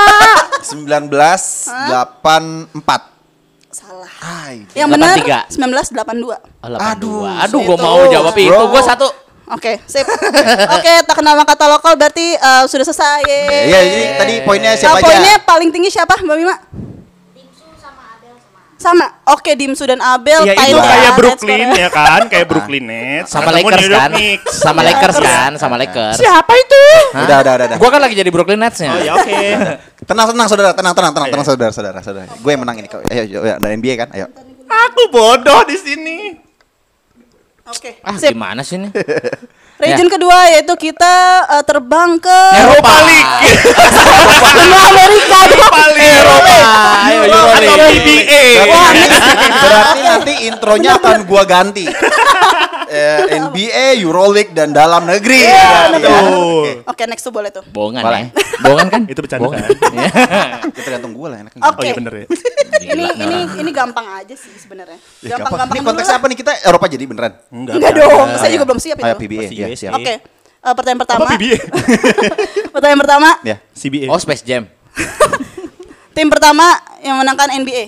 A: 1984.
D: Salah.
A: Ay.
D: Yang benar 1982.
B: 83. Aduh
A: Aduh,
B: Aduh gua
D: itu,
B: mau jawab
A: bro.
B: itu Gua satu
D: Oke, sip. Oke, tak kenal maka kata lokal berarti uh, sudah selesai. Yeay.
A: Iya, jadi tadi poinnya
D: Nah,
A: siapa
D: poinnya
A: aja?
D: paling tinggi siapa, Mbak Mima? Sama. Oke, Dimsu dan Abel.
C: Ya itu
D: Thailand,
C: kayak
D: Red
C: Brooklyn
D: Square.
C: ya kan, kayak Brooklyn Nets.
B: Sama
C: ketemu
B: Lakers
C: New York
B: kan
C: Knicks.
B: Sama
D: Iya,
B: Lakers
D: terus.
B: kan Sama Lakers
C: Siapa itu?
B: Hah?
A: Udah, udah, udah, udah.
B: Gua kan lagi jadi Brooklyn Nets-nya
C: Oh ya oke.
A: Tenang, tenang saudara, tenang, tenang, tenang,
D: Iya.
A: tenang saudara, saudara, saudara. Gue yang menang ini. kau- Ayo, ayo, ayo, dari NBA kan, ayo.
C: Aku bodoh di sini.
D: Oke,
B: Ah
D: sip.
B: gimana sih ini
D: Region
C: Ya.
D: kedua yaitu kita eh, terbang ke
B: Eropa League
D: Benua Amerika.
C: Paling
D: Iya.
B: Ayo Euro
C: atau
A: Iya.
B: League
C: PBA.
A: [laughs]
C: [laughs]
A: Berarti nanti intronya akan gua ganti. eh, NBA, Euroleague dan dalam
C: Iya,
A: negeri. Iya, gitu.
C: Betul.
D: Oke, next tuh boleh tuh.
B: Bohongan
A: Boleh.
B: ya. Bohongan kan?
C: Itu bercanda
B: Bohongan.
C: kan?
B: Iya.
A: Ya, tergantung gue lah enaknya.
D: Oke.
C: Oh iya bener ya.
D: [laughs] ini
B: Gila, nih
D: ini
B: orang.
D: ini gampang aja sih sebenarnya.
A: Ya, gampang.
D: Gampang-gampang
A: Ini konteks
D: dulu
A: apa
D: lah.
A: nih kita Eropa jadi beneran?
C: Enggak.
D: Enggak dong,
A: Oh,
D: saya
A: iya.
D: juga belum siap
A: Ayo
D: itu.
A: PBA,
C: Masih
A: ya,
C: US,
A: siap.
C: ya.
D: Oke. eh, pertanyaan pertama.
C: Apa [laughs] PBA?
D: pertanyaan pertama.
A: Ya.
C: CBA.
B: Oh Space Jam.
D: Tim pertama yang menangkan NBA.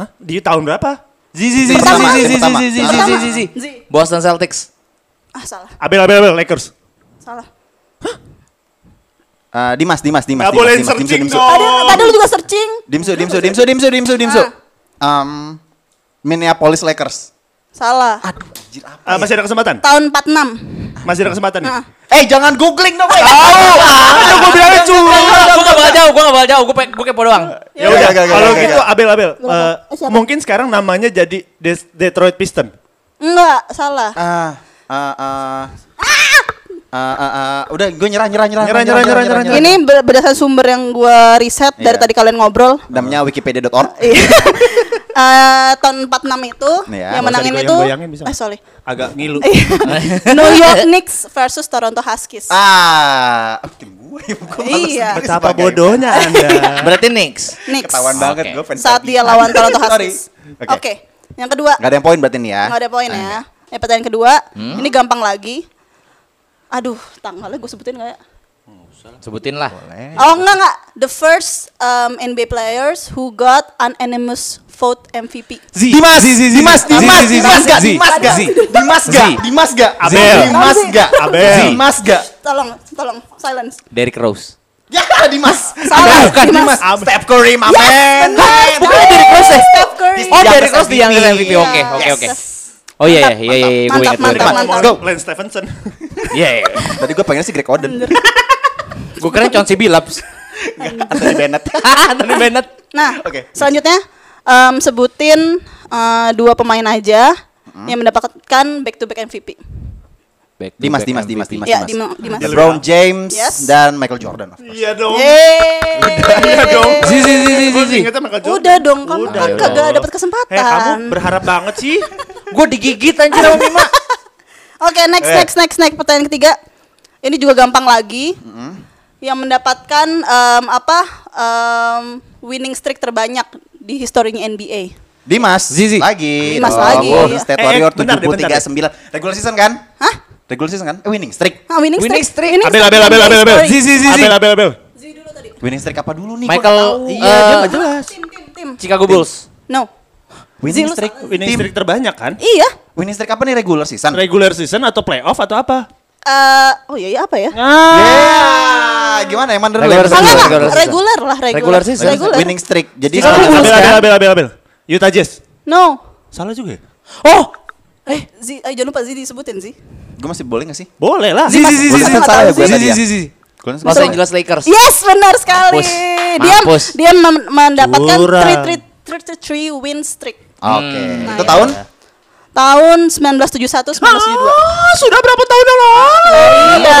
C: Hah? Di tahun berapa?
B: Zi zi zi zi
A: Pertama,
B: zi zi
A: pertama.
B: zi zi zi zi zi zi.
D: Zi.
B: Boston Celtics.
D: Ah, salah.
C: Abel, Abel, Abel, Lakers.
D: Salah.
A: Eh, Dimas, Dimas, Dimas.
C: Nggak
A: Dimas,
C: boleh
A: Dimas,
C: searching
A: Dimsu,
C: dong.
D: Tadi
C: Oh.
D: tadi lu juga searching.
A: Dimsu, Dimsu, Dimsu, Dimsu, Dimsu, Dimsu. Um, Minneapolis Lakers.
D: Salah.
A: Anjir, apa
C: Ah, masih ada kesempatan?
D: Tahun 46.
C: Masih ada kesempatan nih?
D: Heeh.
A: Eh jangan googling dong. Tahu.
C: Ah. Aduh, gue bilangnya curang.
B: Gue gak bakal jauh, gue gak bakal jauh, gue gue kepo doang.
C: Ya
A: Oke,
C: udah,
A: oke, oke,
C: kalau
A: oke,
C: gitu
A: oke.
C: Abel, Abel.
D: Berapa?
C: eh,
D: Eh, siapa?
C: mungkin sekarang namanya jadi Des- Detroit Piston.
D: Enggak, salah.
A: Ah, ah, ah. Ah, ah, ah. udah gue nyerah, nyerah, nyerah.
C: Nyerah, nyerah, nyerah, nyerah.
D: Ini ber- berdasarkan sumber yang gua riset dari
A: Iya.
D: tadi kalian ngobrol.
A: Namanya wikipedia.org.
D: Iya. [laughs] Eh, tahun 46 itu yang
A: Iya, nggak usah
D: menangin itu
C: digoyang-goyangin, bisa
D: eh
C: nggak?
D: sorry
C: Agak ngilu.
D: Iya. New York Knicks versus Toronto Huskies
A: Ah, tim gue, gue malas
D: Iya.
A: sendiri
C: Betapa
A: sebagai-
C: [laughs] bodohnya Anda.
B: Berarti Knicks.
D: Knicks
A: Ketahuan banget
B: Oke.
A: gue fans.
D: saat
A: Celtic.
D: dia lawan Toronto
A: Sorry.
D: Huskies oke yang kedua
A: Nggak ada yang poin berarti nih ya.
D: nggak ada poin ya Eh, pertanyaan kedua ini gampang lagi aduh tanggalnya gue sebutin nggak ya
B: Sebutin lah.
D: oh enggak enggak the first um, NBA players who got unanimous vote MVP
B: Zi.
A: Dimas,
B: Zi zi zi.
A: Dimas,
B: Zi,
A: Dimas,
B: zi, zi,
A: Dimas
B: zi,
A: gak,
B: zi.
A: Dimas gak,
B: Zi.
A: Dimas gak,
B: Zi.
A: Dimas gak,
C: Abel.
A: Dimas gak,
C: Abel.
A: Dimas gak.
D: tolong tolong silence
B: Derrick Rose.
A: Ya Dimas,
D: Salah,
A: bukan Dimas,
D: Dimas.
A: Steph Curry, my man.
D: benar.
A: Bukan Derrick Rose ya?
D: Steph Curry
B: Oh,
A: Yang
B: Derrick Rose
A: MVP.
B: yang MVP. Oke,
D: Yes.
B: oke, oke. Oh iya, iya, iya, iya, gue
D: Mantap,
B: ingat. gua
D: mantap,
B: ingat.
D: mantap.
A: Go.
C: Lance Stephenson. [laughs]
B: Iya, iya.
A: Tadi gue pengennya si Greg Oden,
B: Gue kira Chauncey [laughs] Billups.
A: Anthony Bennett.
B: Anthony Bennett.
D: Nah,
A: Oke.
D: selanjutnya em, sebutin eh, dua pemain aja yang mendapatkan back to back MVP.
B: Back to
A: Dimas,
B: back
A: Dimas,
B: MVP.
A: Dimas, Dimas,
D: Ya,
A: Dimas.
D: Dim- Dimas.
A: LeBron James
D: Yes.
A: dan Michael Jordan. of course.
C: Iya dong.
D: Yeay.
C: dong.
B: Zi zi zi zi zi.
C: Gue
B: zi.
C: ingetnya Michael Jordan.
D: Udah dong, kamu
C: Udah iya
D: kan
B: dong.
D: kagak dapat
C: Eh, kamu
D: kesempatan.
C: berharap banget
D: [laughs]
C: sih.
B: Gue digigit anjir sama Bima.
D: Oke, next,
A: Eh.
D: next, next, next. Pertanyaan ketiga. Ini juga gampang lagi. Yang mendapatkan em, apa em, winning streak terbanyak di historinya NBA.
A: Dimas,
B: Zizi.
A: lagi.
D: Dimas
A: dong.
D: lagi.
A: Golden State
C: Eh, eh,
A: Warrior
C: bentar deh, bentar deh.
A: 73-9. Regular season kan?
D: Hah?
A: Regular season kan? Eh, winning streak.
D: Ah, winning,
B: Winning streak.
D: Winning
C: Abel, Abel, Abel, Abel, Abel.
D: Sorry.
B: [laughs] Zi zi zi zi.
C: Abel, Abel, Abel.
D: Zi dulu tadi.
A: Winning streak apa dulu nih? Gua
B: Michael
A: nggak tahu.
B: eh,
D: Jelas. Tim, tim, tim.
B: Chicago Bulls.
D: No. Zi,
A: Winning
D: lu
A: streak.
C: Winning
A: Tim.
C: streak terbanyak kan?
D: Iya.
A: Winning streak apa nih regular season?
C: Regular season atau playoff atau apa?
D: Eh, oh iya, iya apa ya?
A: Yeah. Gimana yang mana dulu?
B: Regular
A: Yang
D: Ah,
A: mana
D: enggak,
A: dulu?
D: enggak,
B: regular
D: regular lah, regular.
B: Regular season.
D: Regular.
A: Winning streak. Jadi
B: Chicago
A: setelah-
B: Bulls.
C: Abel,
B: kan?
C: Abel, Abel, Abel, Abel. Utah Jazz.
D: No.
C: Salah juga ya?
B: Oh,
D: Eh, Zi, eh, jangan lupa Zi disebutin Zi.
A: Gue masih boleh gak sih?
C: Boleh lah.
B: zi zi zi zi.
A: Gua
B: zi.
A: salah ya, gua
B: Zi
A: tadi
B: zi
A: ya.
B: zi Iya. zi.
A: Golden State
B: Los
A: Warrior.
B: Angeles Lakers.
D: Yes, benar sekali.
B: Mampus.
D: Dia
B: Mampus.
D: dia mem- mendapatkan
C: Curang.
D: three, three, three, three, three win streak.
A: Ah, Oke.
D: Hmm.
A: Itu
D: Nah,
A: tahun?
D: Tahun 1971 1972.
B: Ah,
C: sudah berapa tahun yang lalu?
D: Iya.
A: Pada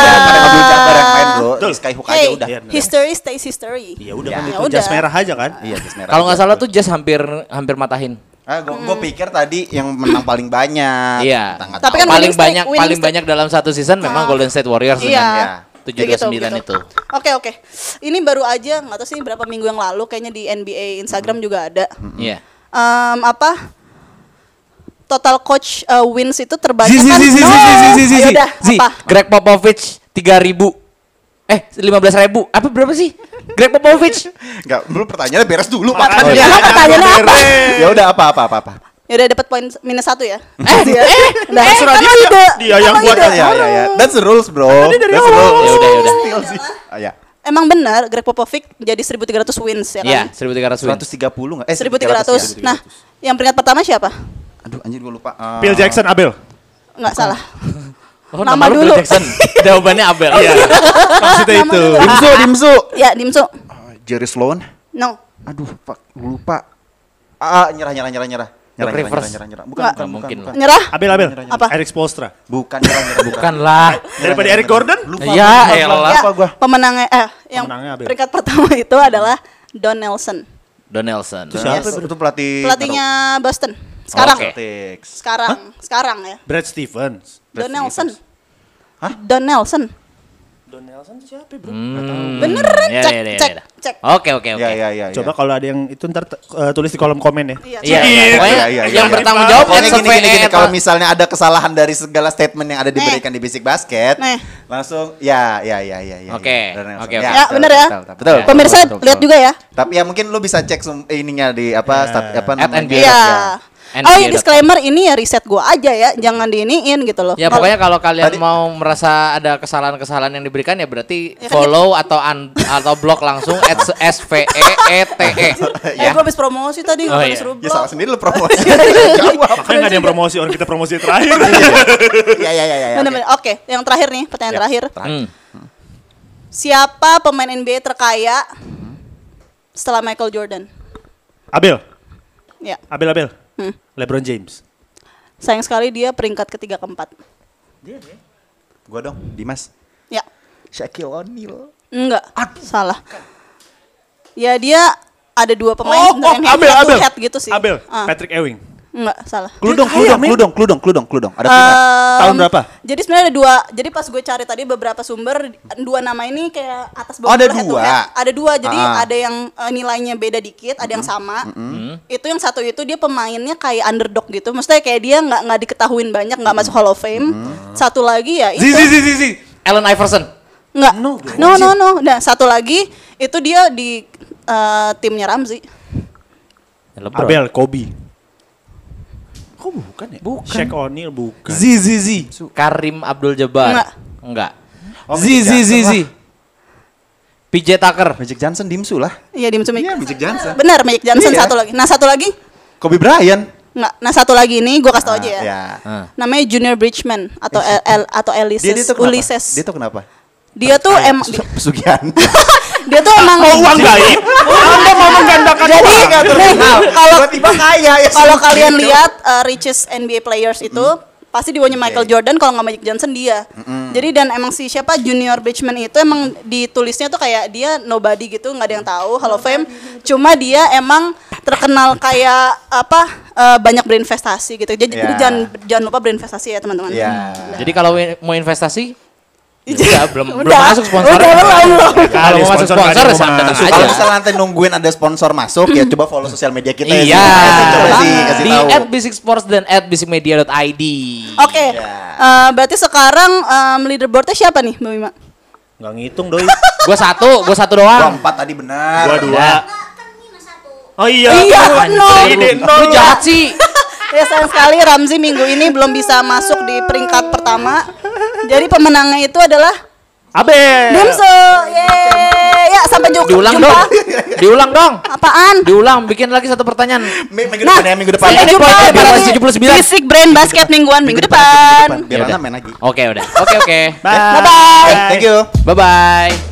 A: kabel jabar yang main bro. Di Skyhook aja
D: Hey,
A: udah.
C: Iya, bener.
D: history stays history.
C: Ya udah
A: Ya,
C: kan
D: ya
C: itu
D: udah.
C: jas merah aja kan?
A: Iya, jas merah.
B: Kalau nggak salah tuh Jazz hampir hampir matahin.
A: Ah, gue pikir tadi yang menang paling banyak.
B: Iya.
A: Entah nggak
D: Tapi kan
A: tahu.
B: paling
D: winning streak,
B: banyak
D: winning
B: paling
D: streak.
B: banyak dalam satu season memang
D: Ah.
B: Golden State Warriors
A: ya.
D: Iya.
B: tujuh
D: Kayak gitu,
B: 729
D: gitu.
B: itu.
D: Oke, oke. Ini baru aja nggak tahu sih berapa minggu yang lalu kayaknya di NBA Instagram juga ada.
B: Iya.
D: Em, apa? Total coach uh, wins itu terbanyak
B: Zi zi
D: kan?
B: zi zi
D: No.
B: zi zi zi zi
D: Ayo
B: zi.
D: udah,
B: Zi.
D: apa?
B: Greg Popovich 3000 eh 15000 apa berapa sih? Greg Popovich
D: [laughs]
A: Enggak, belum pertanyaannya beres dulu
C: Makanya
A: makanya.
D: Emang pertanyaannya apa?
A: Ya udah apa apa apa apa.
D: Ya udah dapat poin minus satu ya. Eh, ya. Nah,
C: eh,
D: surat
C: dia-
D: ide.
C: dia yang
D: Emang
C: buat
D: ide.
A: Ya ya ya. That's the rules, bro. That's the rules.
B: Ya udah ya udah.
A: Still
D: Iya.
A: sih. Ah, ya.
D: Emang benar Greg Popovich jadi 1300 wins ya
B: Iya,
D: kan?
B: 1300 win.
A: 130 enggak? Eh
D: 1300.
A: 1300. ya.
D: Nah, yang peringkat pertama siapa?
A: Aduh anjir gue lupa. Eh,
C: Phil Jackson Abel.
D: Enggak salah.
B: Oh,
D: Nama
B: lu Phil
D: dulu. [laughs]
B: Jackson. Jawabannya Abel. Iya.
C: Maksudnya
D: Nama
C: itu.
D: dulu.
A: Dimsu, Dimsu.
D: Ya, Dimso.
A: Eh, Jerry Sloan.
D: No.
A: Aduh, fuck, gua lupa. Ah, nyerah nyerah nyerah nyerah. Nyerah, nyerah,
B: Rivers.
A: nyerah, nyerah, nyerah. Bukan,
D: Nggak.
A: bukan,
B: Nggak
A: bukan,
B: mungkin
A: bukan.
D: Nyerah?
C: Abel Abel.
D: Apa?
C: Eric Spolstra.
A: Bukan, nyerah, nyerah, bukan.
B: Bukan lah.
C: Daripada
A: Nyerah,
C: Eric
A: nyerah.
C: Gordon?
A: Lupa.
B: Ya,
A: lupa, lupa,
B: elah.
A: Lupa gua.
D: Pemenangnya eh yang
C: Pemenangnya Abel.
D: peringkat pertama [laughs] itu adalah Don Nelson,
B: Don Nelson.
C: Siapa
A: Itu pelatih
D: pelatihnya Boston Sekarang.
B: Oke.
A: Celtics.
D: Sekarang, sekarang ya.
C: Brad Stevens.
A: Brad
D: Don Nelson.
A: Hah?
D: Don Nelson.
C: Don Nelson siapa bro?
D: Beneran,
B: Hmm. ya,
D: cek,
B: ya, ya,
D: cek,
B: ya.
D: cek.
B: Oke, oke, oke.
A: Ya, ya, ya.
C: Coba
A: ya.
C: kalau ada yang itu ntar t- eh, tulis di kolom komen ya.
D: Iya,
B: Iya,
D: cek.
B: iya, pokoknya
A: Iya, iya, iya,
B: yang
A: iya.
B: bertanggung jawab gitu.
A: Pokoknya
B: at
A: gini, gini, gini,
B: survey at-
A: kalau misalnya ada kesalahan dari segala statement yang ada diberikan di Basic Basket,
D: Nih.
A: langsung ya ya ya ya ya. ya.
B: Oke,
A: Don Nelson.
B: oke, oke.
D: Ya,
A: betul,
D: bener ya.
A: Betul. betul, betul,
D: Pemirsa
A: betul, betul.
D: lihat juga ya.
A: Tapi ya mungkin lu bisa cek sum- ininya di apa stat, apa
B: At NBA.
D: Iya.
B: And
D: Oh, ya
B: dia dot-
D: disclaimer ini ya riset gua aja ya, jangan diiniin gitu loh.
B: Ya
D: Kalau-
B: pokoknya kalau kalian
A: Tadi-
B: mau merasa ada kesalahan-kesalahan yang diberikan ya berarti
D: Ya kan,
B: follow atau un- atau blog langsung at E SVEETE.
D: Eh, gua habis promosi tadi,
B: Iya.
D: gua
B: Oh, iya.
D: habis
A: Iya. Ya salah
D: rublok.
A: sendiri lu
D: [laughs]
A: promosi. Jawab.
C: Makanya nggak ada yang promosi orang kita promosi [laughs] terakhir.
A: Ya ya ya ya. ya,
D: Bener-bener. Oke, yang terakhir nih, pertanyaan
A: Ya,
D: terakhir.
A: terakhir.
B: Hmm.
D: Siapa pemain NBA terkaya
B: Hmm.
D: setelah Michael Jordan?
C: Abel,
D: Ya,
C: Abel, Abel.
D: Hmm.
C: LeBron James.
D: sayang sekali dia peringkat ketiga keempat.
A: Gua dong, Dimas.
D: Ya,
A: Shaquille O'Neal.
D: enggak, salah. Ya dia ada dua
A: Oh,
D: pemain dengan hand-
C: Abel,
D: satu
C: Abel.
D: head gitu sih.
C: Abel,
D: Ah,
C: Patrick Ewing.
D: enggak, salah.
A: Kludong,
C: Dia kaya,
A: kludong,
C: men.
A: kludong, kludong, kludong, kludong. Ada
D: Eh,
A: kludong.
D: Em,
C: Tahun berapa?
D: Jadi sebenarnya ada dua. Jadi pas gue cari tadi beberapa sumber dua nama ini kayak atas bawah.
A: Oh, ada
D: head to
A: dua.
D: head. Ada dua. Jadi
A: Ah.
D: ada yang eh, nilainya beda dikit, ada yang sama. Itu yang satu itu dia pemainnya kayak underdog gitu. Maksudnya kayak dia nggak nggak diketahuin banyak, nggak masuk Hall of Fame. Satu lagi ya itu
B: Zizi Zizi Zizi. Allen Iverson.
D: nggak.
C: No,
D: No, no, no, Nah satu lagi itu dia di eh, timnya Ramzi.
C: Abel, Kobe. Kok bukan ya?
B: Bukan.
C: Shaq O'Neal bukan.
B: Zizi Karim Abdul Jabbar.
D: Enggak.
B: Enggak.
A: Oh,
B: Zizi
A: Magic
B: Zizi
A: Johnson
B: Zizi. PJ Tucker.
A: Magic Johnson dimsu lah.
D: Iya di Magic.
A: Iya, Magic Johnson.
D: Benar Magic Johnson
A: Iya.
D: satu lagi. Nah satu lagi
A: Kobe Bryant.
D: nggak. Nah satu lagi ini gue kasih tau aja
A: Ah,
D: ya.
A: ya.
B: Ah.
D: namanya Junior Bridgman atau L, L- atau Ulysses
A: Dia, dia tuh kenapa?
D: Ulysses.
A: Dia tuh kenapa?
D: Dia tuh
A: [laughs]
D: em
A: Pesu-
B: [laughs]
A: Pesugihan.
D: dia tuh emang
A: Oh,
B: Oh,
C: Uang
B: iya.
A: [laughs]
C: gaib. Anda mau
A: kan
C: menggandakan
D: Jadi
C: uang.
D: [laughs] nih, kalau
A: tiba kaya ya.
D: kalau kalian lihat uh, richest NBA players itu
B: Hmm.
D: pasti di bawahnya Michael Jordan kalau nggak Magic Johnson dia. Jadi dan emang si siapa Junior Bridgman itu emang ditulisnya tuh kayak dia nobody gitu nggak ada yang tahu Hall of Fame. Cuma dia emang terkenal kayak apa uh, banyak berinvestasi gitu. Jadi
A: Ya.
D: jangan jangan lupa berinvestasi ya teman-teman.
A: Iya.
B: Jadi kalau in- mau investasi
D: Iya.
B: ya belum belum
D: Udah.
B: masuk sponsor.
D: Udah,
B: [laughs]
D: belum, belum.
B: Kalau mau masuk
C: Ya, Sponsor nggak ada
B: sponsor
C: yang mau
B: sama datang
C: masuk.
A: Kalau
B: aja.
A: misalnya nanti nungguin ada sponsor masuk ya coba follow sosial media kita ya.
B: Iya.
A: Sih. Coba sih kasih
B: Di
A: tahu.
B: at Basic Sports dan at basicmedia.id.
D: Oke,
A: Iya.
D: eh, berarti sekarang em, leaderboardnya siapa nih, Mbak Bima?
C: Nggak ngitung doi. Iya.
B: Gua satu, gua satu
A: Gua
B: doang.
A: empat tadi benar.
C: Gua dua. Oh iya.
D: Iya, nol.
B: Lu jahat sih.
D: [laughs] Ya sayang sekali Ramzi minggu ini belum bisa masuk di peringkat pertama. Jadi pemenangnya itu adalah
C: Abel.
D: Demso. Yeay. Ya sampai ju- jumpa.
B: Diulang dong. Diulang dong.
D: Apaan?
B: Diulang, bikin lagi satu pertanyaan.
A: Mi- Minggu
D: Nah,
A: depan ya minggu depan.
D: sampai
B: Ini
D: jumpa
B: poinnya
D: di
B: 479.
D: Basic Brand Basket mingguan minggu
A: Minggu
D: depan.
A: depan. Biar
B: Yaudah.
A: Ana main lagi.
B: Oke, udah. Oke, oke.
C: Bye.
D: Bye-bye.
A: Thank you.
B: Bye bye.